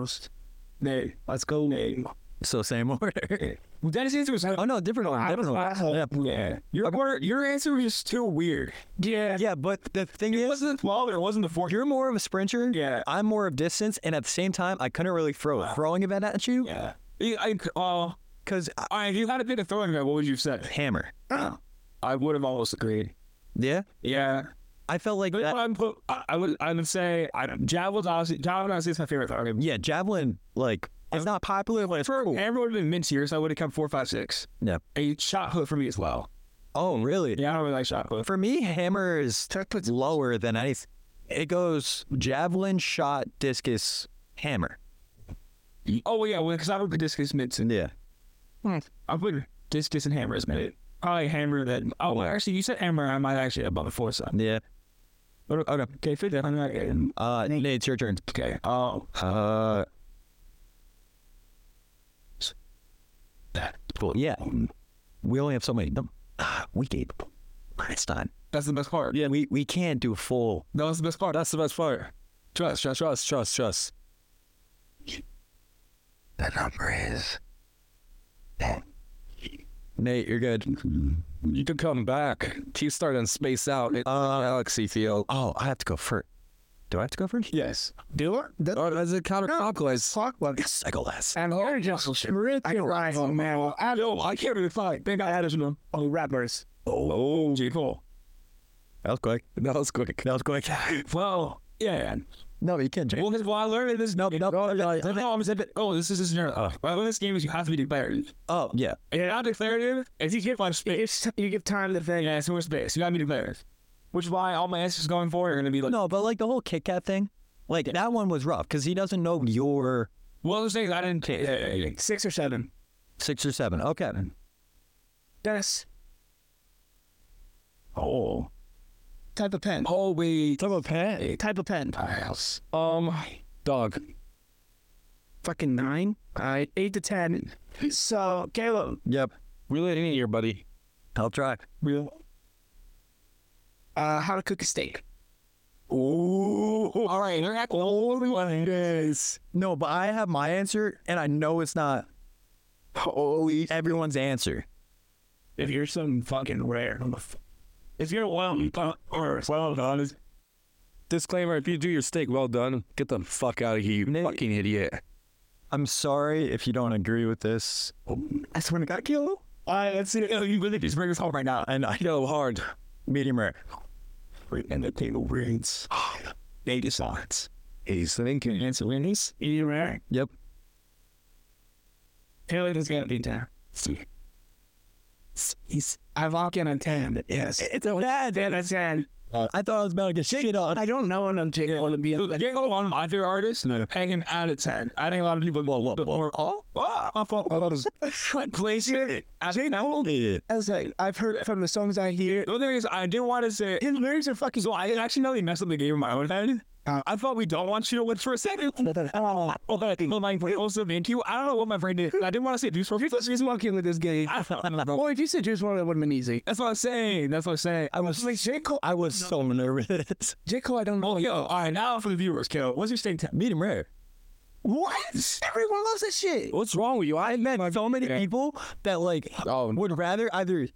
Nate, let's go, Nate. So same *laughs* order. Well, Dennis' answer was oh no, different one. Different one. Yeah. Yeah, your wor- your answer was just too weird. Yeah, Yeah, but the thing It is, wasn't well. There wasn't the four. you're more of a sprinter. Yeah. I'm more of distance, and at the same time, I couldn't really throw a throwing event at you Yeah. You- I, uh, because all right, if you had a bit of throwing guy, what would you have said? hammer. I would have almost agreed. Yeah, Yeah, I felt like but that. I'm put, I, I would I would say I don't- javelin's obviously javelin obviously is my favorite throwing. game. Yeah, javelin like it's not popular, but it's cool. Hammer would have been mid tier, so I would have come four, five, six. Yeah. A shot hook for me as well. Oh, really? Yeah, I don't really like shot hook. For me, hammer is lower than anything. It goes javelin, shot, discus, hammer. Oh yeah, because I would put discus mid. to- Yeah. I would discus and hammer as mid. Probably hammer then. Oh, well, actually, you said hammer. I might actually above the four side. Oh, Yeah. Okay, okay, fit that. I'm not getting. Uh, Nate, it's your turn. Okay. Oh. Uh, cool. Yeah. We only have so many. No, ah, *sighs* we gave last time. That's the best part. Yeah. We we can't do full. That was the best part. That's the best part. Trust, trust, trust, trust, trust. That number is. Nate, you're good. You could come back. You start and space out. It, uh, Galaxy field. Oh, I have to go first. Do I have to go first? Yeah. Do it. That Or is it Oh, counterclockwise? talk like Yes, I go last. and all just shit. I can ride Oh man, well, I don't. I can't even fight. They got added to them. Oh, rappers. Oh, J Cole. That was quick. That was quick. That was quick. Well, yeah. no, you can't change. Well, because I learned this. No, no, no, no. I'm saying, oh, this is this. Oh, well, in this game is you have to be declarative. Oh, yeah. And not declarative, if you give much space, you give time to think. Yeah, it's more space. You gotta be declarative. Which is why all my answers going forward are gonna be like, No, but like the whole Kit Kat thing, like that one was rough because he doesn't know your well, those things I didn't. Yeah, yeah, yeah. Six or seven. six or seven. Okay. Dennis, Oh, type of pen. Oh wait. Talk about Pat. Type of pen. else. Um, dog. Fucking nine. All right, eight to ten. So Caleb, Yep. Really in here, buddy. I'll try. Real. uh, how to cook a steak. Ooh. All right, you're not the only one. Yes. No, but I have my answer, and I know it's not Holy. Everyone's answer. If you're some fucking rare, if you're well or well done, Disclaimer: If you do your steak well done, get the fuck out of here, you Nate- fucking idiot. I'm sorry if you don't agree with this. I swear to God, kill. I that's it. Oh, You really just bring us home right now. And I Yo, hard. medium rare. And the table rings. They decides. He's thinking. And so when he's eating rare, Yep. Taylor just got to be down. he's I walk in on 10. Yes. it's a bad Then I said, I thought I was about to get shit on. I don't know what I'm taking on to be. Look, you ain't got one of my favorite artists, no. hanging out of 10. I think a lot of people will look or all. I thought, place it. I think I will need it. I was like, I've heard from the songs I hear. The only thing is, I didn't want to say his lyrics are fucking. So I actually know they messed up the game in my own head. Uh, I thought we don't want you to win for *laughs* a second. Oh, Well, my brain also meant you. I don't know what my brain did. I didn't want to say do for Let's just walk in with this game. I don't know. Boy, if you said Juice WRLD, that would have been easy. That's what I'm saying. That's what I'm saying. I was like, J. Cole. I was so nervous. J. Cole, I don't know. Oh, yo. All right, now for the viewers, Kill. What's your stake time? medium rare. What? Everyone loves that shit. What's wrong with you? I I met so many Yeah. people that like Oh. would rather either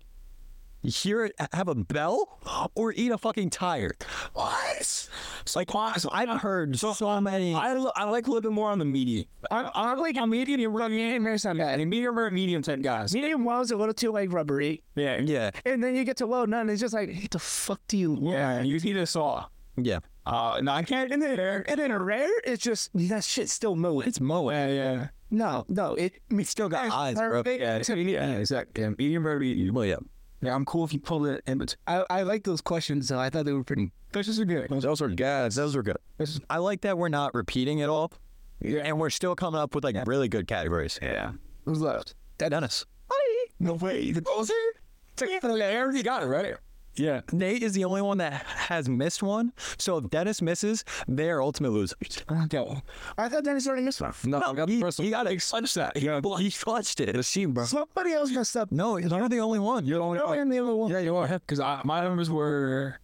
hear it have a bell or eat a fucking tire. What? So, like, why- so I I've heard so, many. I, li- I like a little bit more on the medium. I, I like a medium and a medium rare type guy. And a medium rare, medium type guys. Medium well is a little too like rubbery. Yeah. yeah, And then you get to low none. And it's just like, what the fuck do you want? Yeah. You see the saw. yeah. Uh, no, I can't. In there. And then a rare, it's just that shit's still mowing. It's mowing. Yeah, yeah. No, no, it It's still got eyes, bro. perfect. Yeah, it's yeah, exactly. Yeah, medium rare, medium. Well, yeah. Yeah, I'm cool if you pull it in between. I, I like those questions though. I thought they were pretty. Questions are good. Those are guys. Those were good. I like that we're not repeating at all, Yeah. and we're still coming up with like really good categories. Yeah. Who's left? Dennis. No way. The closer? It's like, yeah, you got it, right? Yeah. Nate is the only one that has missed one. So if Dennis misses, they are ultimate losers. Go. I thought Dennis already missed one. No, I got the he- first one. You gotta punch that. Yeah. Well, he clutched it. The sheep, bro. Somebody else messed up. No, you're the only one. You're the only No, one. and the other one. Yeah, you are. Because my numbers were.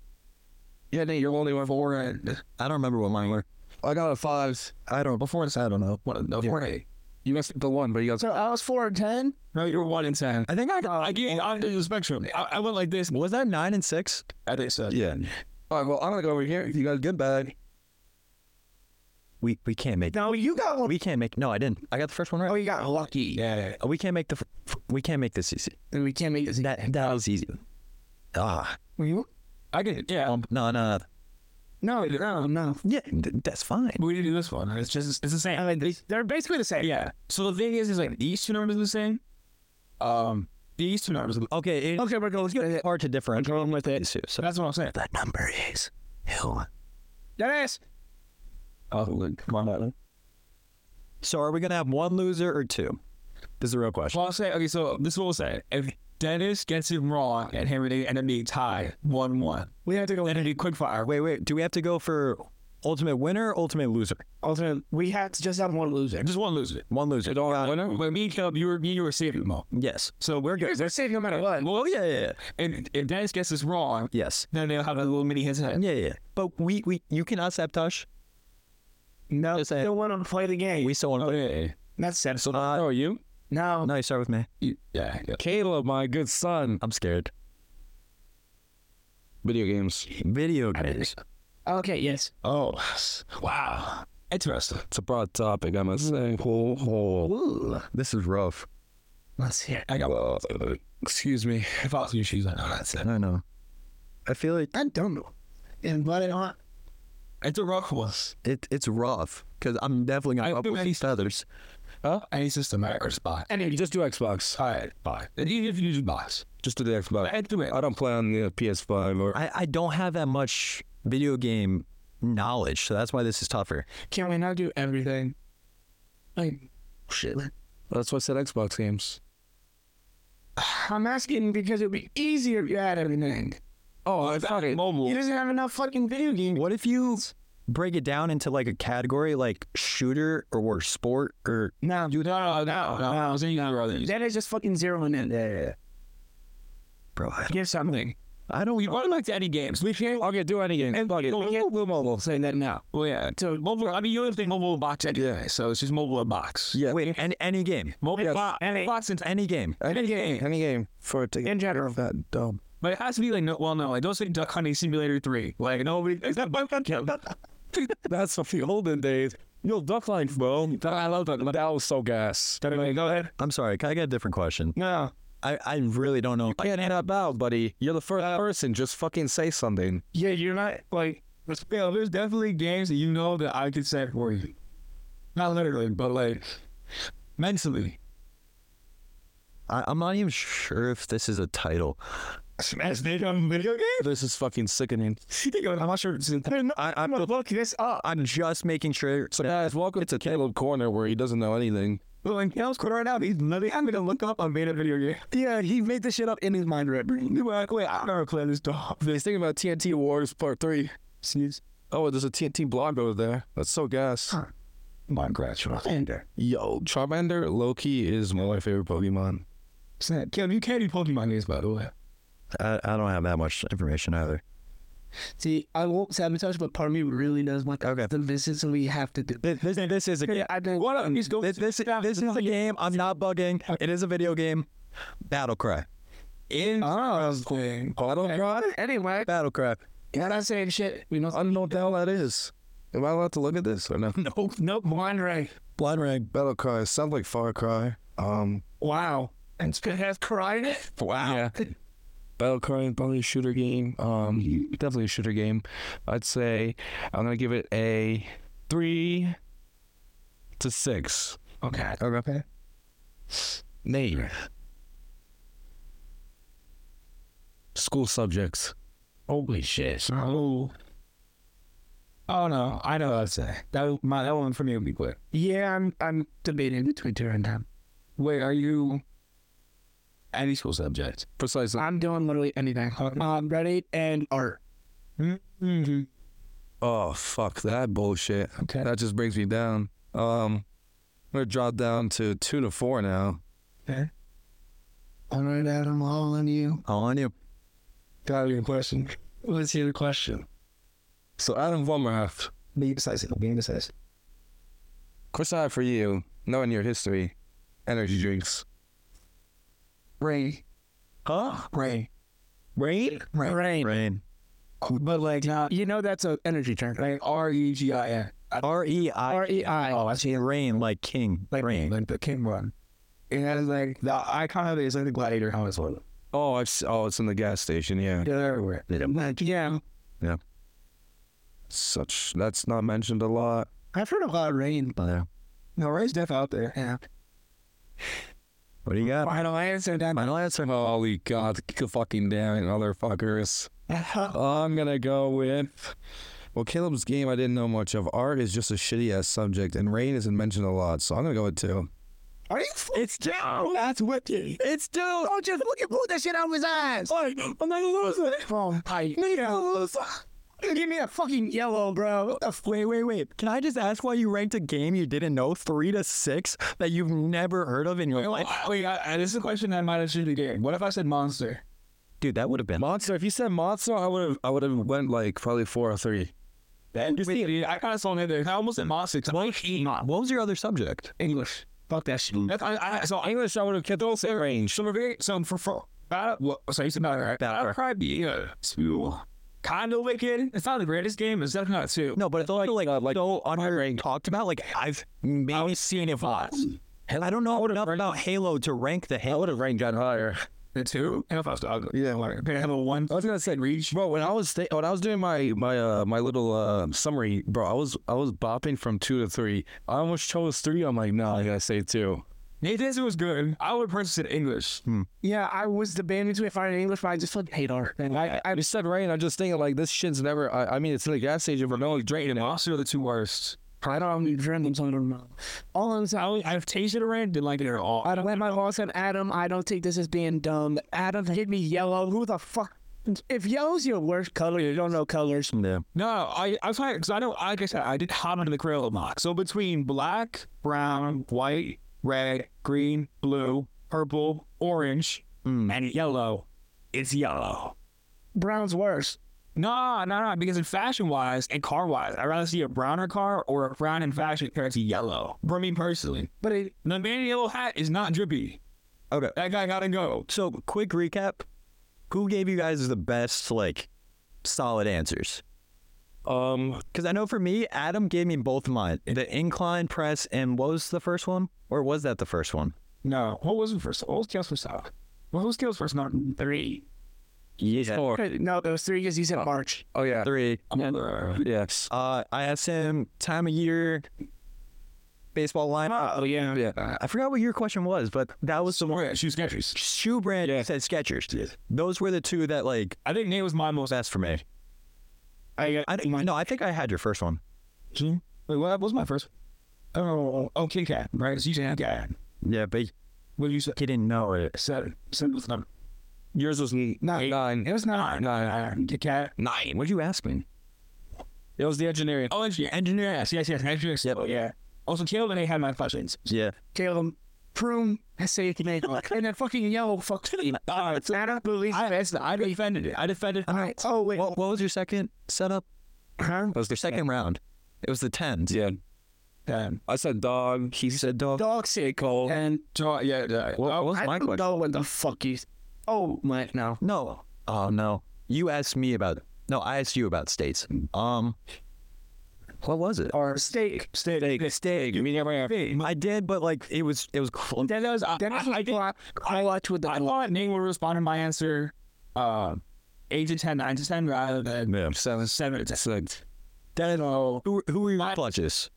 Yeah, Nate, you're the only one four and I don't remember what mine were. I got a five. I don't. before this. I don't know. What? No, four and eight. You missed the one, but you got So I was four and ten. No, you're one in ten. I think I got. I get onto the spectrum. I, I went like this. Was that nine and six? I think so. Yeah. All right, well, I'm gonna go over here. You got a good bag. We we can't make. No, you got one. We can't make. No, I didn't. I got the first one Oh, right. you got lucky. Yeah. We can't make the. fir- f- We can't make this easy. Then we can't make this. That that was easy. Ah. We- I get it. Yeah. Um, no, no. no. No, no, no. Yeah, th- that's fine. We did do this one. It's just it's the same. I mean, they- they're basically the same. Yeah. So the thing is, is like these two numbers are the same. Um, these two numbers. Are, Okay, it's Okay, we're going. Let's get it. hard to differentiate Going with it. these two. So that's what I'm saying. that number is who? Dennis. Oh, look, come on. Adam. So are we gonna have one loser or two? This is a real question. Well, I'll say okay. So this is what we'll say. If Dennis gets it wrong and him and end up being tied one one, We have to go. then it'd be quick fire. Wait, wait. Do we have to go for ultimate winner, or ultimate loser? Alternate. We have to just have one loser. Just one loser. One loser. It all got Winner. But me and Caleb, you were me, and you were saving them all. Yes. So we're good. They're safe no matter what. Well, Yeah, yeah, yeah. And if Dennis gets this wrong, Yes. then they'll have a little mini his head. Yeah, yeah. But we, we, you cannot sabotage. No, Just saying. they want to play the game. We still want. Oh, yeah, yeah. That's sad. So how are you? No, No, you start with me. You- yeah, yeah. Caleb, my good son. I'm scared. Video games. Video games. Okay, yes. Oh, wow. Interesting. It's a broad topic, I must say. Oh, oh. Ooh, This is rough. let's hear. I got. Excuse me. If I was in your shoes, I know that's it. I don't know. I feel like I don't know. And but it on. It's a rough one. it, it's rough because I'm definitely I gonna up do with any- these feathers. Huh? Any systematic response. You just do Xbox. All right, bye. Even if you do box, Just do the Xbox. I do it. I don't play on the PS5 or I, I don't have that much video game knowledge, so that's why this is tougher. Can we not do everything? Like, shit. That's why I said Xbox games. I'm asking because it'd be easier if you had everything. Oh, I thought it. He mobile. doesn't have enough fucking video games. What if you break it down into like a category like shooter or, or sport or No, You no, no, no, no. I was saying you got it wrong. that is just fucking zeroing in. yeah. bro? I don't- Give something. I don't. We want to like to any games. We can't. Okay, do anything. And fuck it. We can't do mobile. Saying that now. Well, yeah. So mobile. I mean, you only play mobile box anyway, so it's just mobile box. Yeah. Wait, any, any game, Mobile box. Any- box and any game. any game. Any game for it to In general. that dumb. But it has to be like no. Well, no. Like don't say Duck Hunting Simulator Three. Like nobody. *laughs* Is that That's from the olden days. Yo, duck line, bro. I love that. That was so gas. Go ahead. I'm sorry. Can I get a different question? No. I, I really don't know. I can't hand about, buddy. You're the first person. Just fucking say something. Yeah, you're not like. Yeah, there's definitely games that you know that I could set for you. Not literally, but like mentally. I, I'm not even sure if this is a title. Smash Nigga on video *laughs* game. This is fucking sickening. I'm not sure. It's I, I'm, gonna look this up. I'm just making sure. So guys, welcome to Caleb Corner where he doesn't know anything. Well, in Cal's corner right now, he's literally having to look up a made up video game. Yeah, he made this shit up in his mind, right? bro? He's like, wait, I've never played this dog. He's thinking about TNT Wars Part 3. Sneeze. Oh, there's a TNT blonde over there. That's so gas. Minecraft. Ender. Yo, Charmander Loki is one of my favorite Pokemon. Snap. Caleb, you can't do Pokemon games, by the way. I, I don't have that much information either. See, I won't sabotage, but part of me really does want Okay. the visits and we have to do. This, this, this is a Yeah, I think. What up? He's going this, this, this is a game. I'm not *laughs* bugging. It is a video game. Battle cry. in. Interesting. Battle Cry? Oh. Anyway, Battle cry. you're not saying shit. We know. Oh, I don't know what the hell that is. Am I allowed to look at this or no? Nope. Nope, blind ray. Blind ring. Battle Cry sounds like Far Cry. Um, Wow. And it has karate. wow. Yeah. Battle Cry and probably a shooter game. Um, definitely a shooter game. I'd say I'm gonna give it a three to six. Okay. Okay. Nate. School subjects. Holy shit. So. Oh no, I know what I'd say. That my that one for me would be quick. Yeah, I'm I'm debating between two and time. Wait, are you any school subject? Precisely. I'm doing literally anything. Um, ready and art. Mm-hmm. Oh fuck that bullshit. Okay. That just brings me down. Um, I'm gonna drop down to two to four now. All right, Adam, all on you. All on you. Got your question. Let's hear the question. So Adam Womerhoff, Be decisive. Be decisive. question I have for you, knowing your history, energy drinks. Ray. Huh? Ray. Ray. Rain. Rain. Rain. But like not You know that's an energy term. like R E G I N. R E I. R E I. Oh, I see. Rain like king. Like rain. Like the King one. It has like the icon of it is like the gladiator helmet. logo. Oh, I've s- oh, it's in the gas station. Yeah. They're everywhere. Like, yeah, Such that's not mentioned a lot. I've heard about rain. Mother. No, Ray's death out there. Yeah. What do you got? Final answer, Dan. Final answer. Holy God, c- fucking damn it, motherfuckers. I'm gonna go with. Well, Caleb's game I didn't know much of. Art is just a shitty ass subject, and rain isn't mentioned a lot, so I'm gonna go with two. Are you? It's down. That's wicked. It's down. Oh, just look at pull that shit out of his ass. Like, I'm not gonna lose it. Oh, I Give me a *laughs* fucking yellow, bro. Wait, wait, wait. Can I just ask why you ranked a game you didn't know three to six that you've never heard of in your life? Wait, I, I, this is a question I might have should have given. What if I said monster? Dude, that would have been. Monster. If you said monster, I would have. I would have went like probably four or three. Then you see, dude, I kind of saw it there. I almost said monster. 'cause I'm not What was your other subject? English. Fuck that shit. That's, I, I, so English, I would have kept all same range. So, we're- so for for battle, well, so you said battle, right? Battle. Battle Cry, yeah, it's kind of uh, wicked. It's not the greatest game. It's definitely not two. No, but I thought like, like so under talked about. Like I've maybe seen it once. I don't know enough about Halo to rank the Halo. have ranked got higher. The two. And if I was to, Yeah. Uh. like, I have a one. I was gonna say reach, bro. When I was th- when I was doing my my uh, my little uh, summary, bro, I was I was bopping from two to three. I almost chose three. I'm like, nah, I gotta say two. Nathan's was good. I would have purchased it English. Yeah, I was debating between fire and English, but I just fucking hate art. And I, I, I just said rain. I'm just thinking like this shit's never. I, I mean, it's in the gas station, but no one's drinking it. Monster are the two worst. I don't know, random, so I don't know. All I'm saying, I was- I've tasted it around, didn't like it at all. I don't let my horse on Adam. I don't think this is being dumb. Adam hit me yellow. Who the fuck? If yellow's your worst color, you don't know colors. Yeah. No, I I was trying because I know like I said I did hop into the Crayola box. So between black, brown, white, red, green, blue, purple, orange, and yellow, it's yellow. Brown's worse. No, no, no. Because in fashion wise and car wise, I'd rather see a browner car or a brown in fashion compared to yellow. For me personally, But it, the man in the yellow hat is not drippy. Okay. That guy gotta go. So, quick recap. Who gave you guys the best, like, solid answers? Um, Because I know for me, Adam gave me both mine the incline press, and what was the first one? Or was that the first one? No, what was it first? What was Kale's first off? Well, who's Kale's first? Not three. Yeah. Four. no, it was three because he said March. oh yeah, Three. Yeah. yes, Uh, I asked him time of year, baseball lineup. Oh, yeah. yeah. I forgot what your question was, but that was the one. Oh, yeah, shoes Skechers. Shoe brand Yeah. said Skechers. Those were the two that like I think Nate was my most. best for me. I got I d- no, I think I had your first one. Wait, what was my first? Oh, oh, Kit Kat, right? So you said Kit Kat. Yeah, but What did you say? he didn't know it. Seven. Seven was number Yours was n- eight. nine. It was nine. Nine. nine. Kit Kat. Nine. What'd you ask me? It was the engineering. Oh, engineer. Engineer. Yes, yes, yes. Engineer. Yep. Oh, yeah. Also, Caleb and I had my questions. Yeah. Caleb. Prune, I say it made *laughs* and then fucking yellow fucking. Uh, it's- I don't believe I, it's- I defended it. I defended All right. Oh wait. What, what was your second setup? huh? That was Your the second round. It was the tens. Yeah, um, I said dog. He said dog. Dog sick. And so, yeah, uh, yeah. What, what was I my don't question? know what the fuck you. Oh my no. No. Oh no. You asked me about. No, I asked you about states. Um. What was it? Or steak. Stay, stay. You mean every I did, but like it was. It was. Cl- That was, I, Dennis I, I, was did, black. I watched with the I thought Nate would respond to my answer uh, 8 to 10, 9 to 10, rather than Yeah. 7, 7 to 10. six. That, oh, Who who were your My- clutches?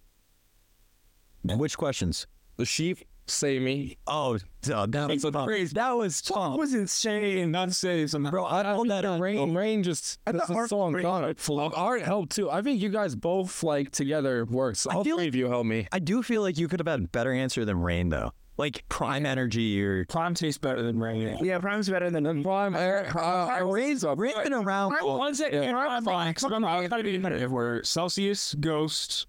Which questions? The sheep say me. Oh, duh, that was It's a tough. crazy- That was I tough. was insane. Not say something. Bro, I don't that Rain, rain just that's a song. God, Oh, art helped too. I think you guys both like together works. All feel- three of you helped me. I do feel like you could have had a better answer than rain though. Like prime energy or Prime tastes better than rain. Yeah, Prime's better than them. Prime, air, uh, I raise up. rain been around. One second. I'm fine. Fuck, I'm not. I thought it'd be competitive. Where Celsius, Ghost,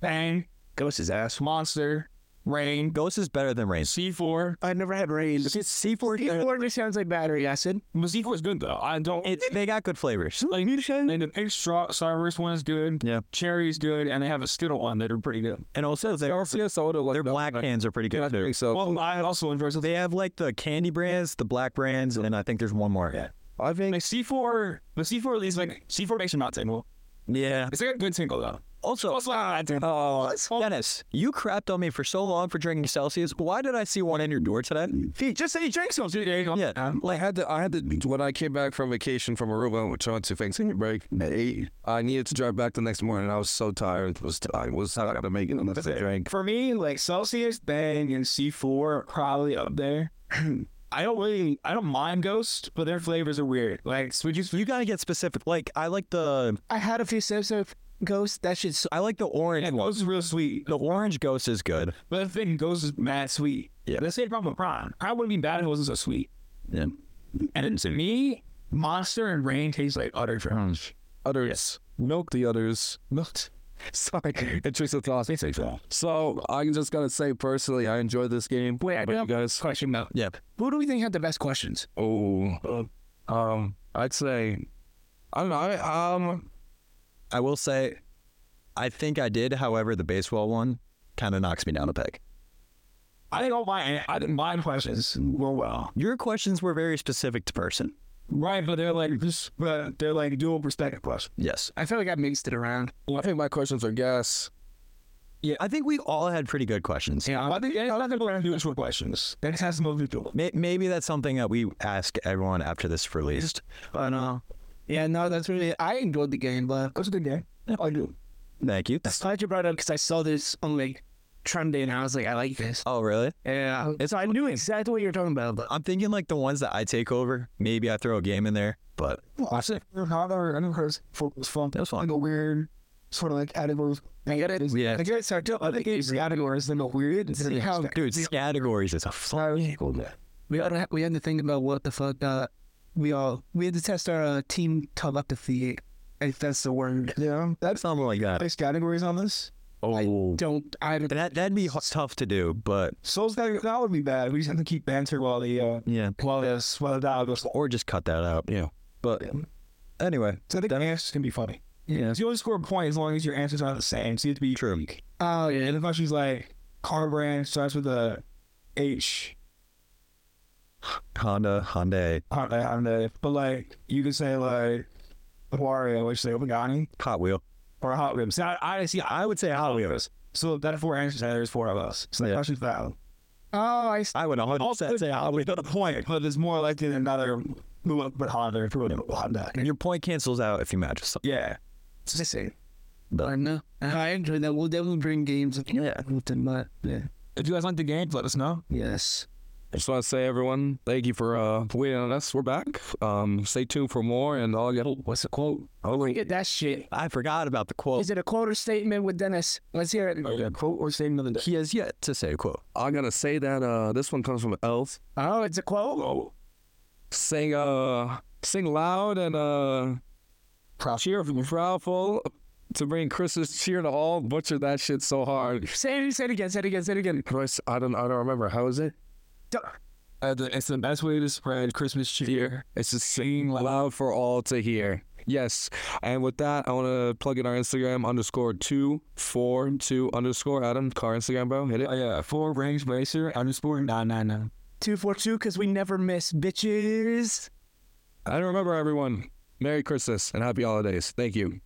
Bang, Ghost is ass. Monster, Rain, Ghost is better than rain. uh, C4. I never had rain. C four. It sounds like battery acid. But C4 is good though. I don't. It, they got good flavors. like and the pink straw Cyrus one is good. Yeah. Cherry is good, and they have a Skittle one that are pretty good. And also they are Yes, I would have their liked that. black cans are pretty I good too. think so. Well, I also enjoy so They have like the candy brands, the black brands, and I think there's one more. Yeah. I think like C4. The C4 at least like C4 makes you not tingle. Yeah. It's like a good tingle though. Also, Also, I don't- uh, oh, Dennis, you crapped on me for so long for drinking Celsius. Why did I see one in your door today? He just said he drinks those. Yeah. Uh, I had to. I had to when I came back from vacation from Aruba, which I went to Thanksgiving break. At eight, I needed to drive back the next morning. I was so tired. Was I was not gonna make it unless I drank. for me, like Celsius, Bang, and C4 are probably up there. *clears throat* I don't really, I don't mind Ghost, but their flavors are weird. Like, so would you, You gotta get specific. Like I like the I had a few sips of Ghost. That shit's I like the orange. yeah, one. Ghost is real sweet, The orange ghost is good. but the thing, Ghost is mad sweet. Yeah. That's the same problem with Prime. I wouldn't be bad if it wasn't so sweet. Yeah. And to me, Monster and Rain taste like utter trash. Others milk the others. Milked. *laughs* Sorry, it tricks the thoughts. They say that. So I'm just gonna say personally, I enjoyed this game. Wait, I But do you have a guys. question though. Yep. Who do we think had the best questions? Oh, um, I'd say, I don't know. I, um, I will say, I think I did. However, the baseball one kind of knocks me down a peg. I think all my, I didn't mind questions. Well, well. Your questions were very specific to person. Right, but they're like, just, but they're like dual perspective questions. Yes. I feel like I mixed it around. I think my questions are gas. Yeah. I think we all had pretty good questions. Yeah, I think, yeah, I think we're going to do it short questions. That has some individual. May- Maybe that's something that we ask everyone after this is released. But uh, yeah, no, that's really. I enjoyed the game, but That's a good game. I do. Thank you. I'm glad you brought it up because I saw this on like trending, and I was like, I like this. Oh, really? Yeah, so I knew exactly what you were talking about. But I'm thinking like the ones that I take over. Maybe I throw a game in there, but I said, I've never, I've never heard it was fun. That was fun. Like a weird sort of like categories. I get it. Yeah. I get it. So I do- I think it's categories than the weird. It's like Oh, how dude, categories is a f- we had to, we had to think about what the fuck uh, we all we had to test our uh, team telepathy, if that's the word. Yeah. That's something like that. there's categories on this. Oh, Don't I don't that that'd be h- tough to do, but Souls category, that would be bad. We just have to keep banter while the, uh, yeah, Uh, while this, while the dialogue goes. or just cut that out. Yeah. But Anyway, So I think answers can be funny. Yeah. So you only score a point as long as your answers are the same. So you have to be True. unique. Oh yeah. And if she's like car brand starts with a H Honda, uh, Hyundai, on the, on the but like you could say like Wario, which is like Obagani Hot Wheel. or Hot Wheels. See, I, I see. I would say Hot Wheels. So that four answers. There's four of us. So the Yeah. question's that one. Oh, I I would 100% Also, say Hot Wheel. Not a point, but it's more likely than another move up, but Honda if we're doing Honda. Your point cancels out if you match with something. Yeah. see. But no, I enjoyed that. We'll definitely bring games. Yeah, with them, but yeah, If you guys like the game, let us know. yes. I just want to say, everyone, thank you for uh, waiting on us. We're back. Um, stay tuned for more. And all you what's the quote? Only Get that shit. I forgot about the quote. Oh. Is it a quarter statement with Dennis? Let's hear it. Quote or statement of the He has yet to say a quote. I gotta say that uh, this one comes from Elf. Oh, it's a quote. Sing, uh, sing loud and uh, Proud. cheerful, proudful to bring Christmas cheer to all. Butcher that shit so hard. Say it. Say it again. Say it again. Say it again. Chris, I don't, I don't remember. How is it? Uh, the, it's the best way to spread Christmas cheer. It's just singing loud for all to hear. Yes. And with that, I want to plug in our Instagram underscore two four two underscore Adam. Car Instagram, bro. Hit it. Oh yeah, four range racer underscore nine nine nine. Two four two, cause we never miss, bitches. I don't remember everyone. Merry Christmas and happy holidays. Thank you.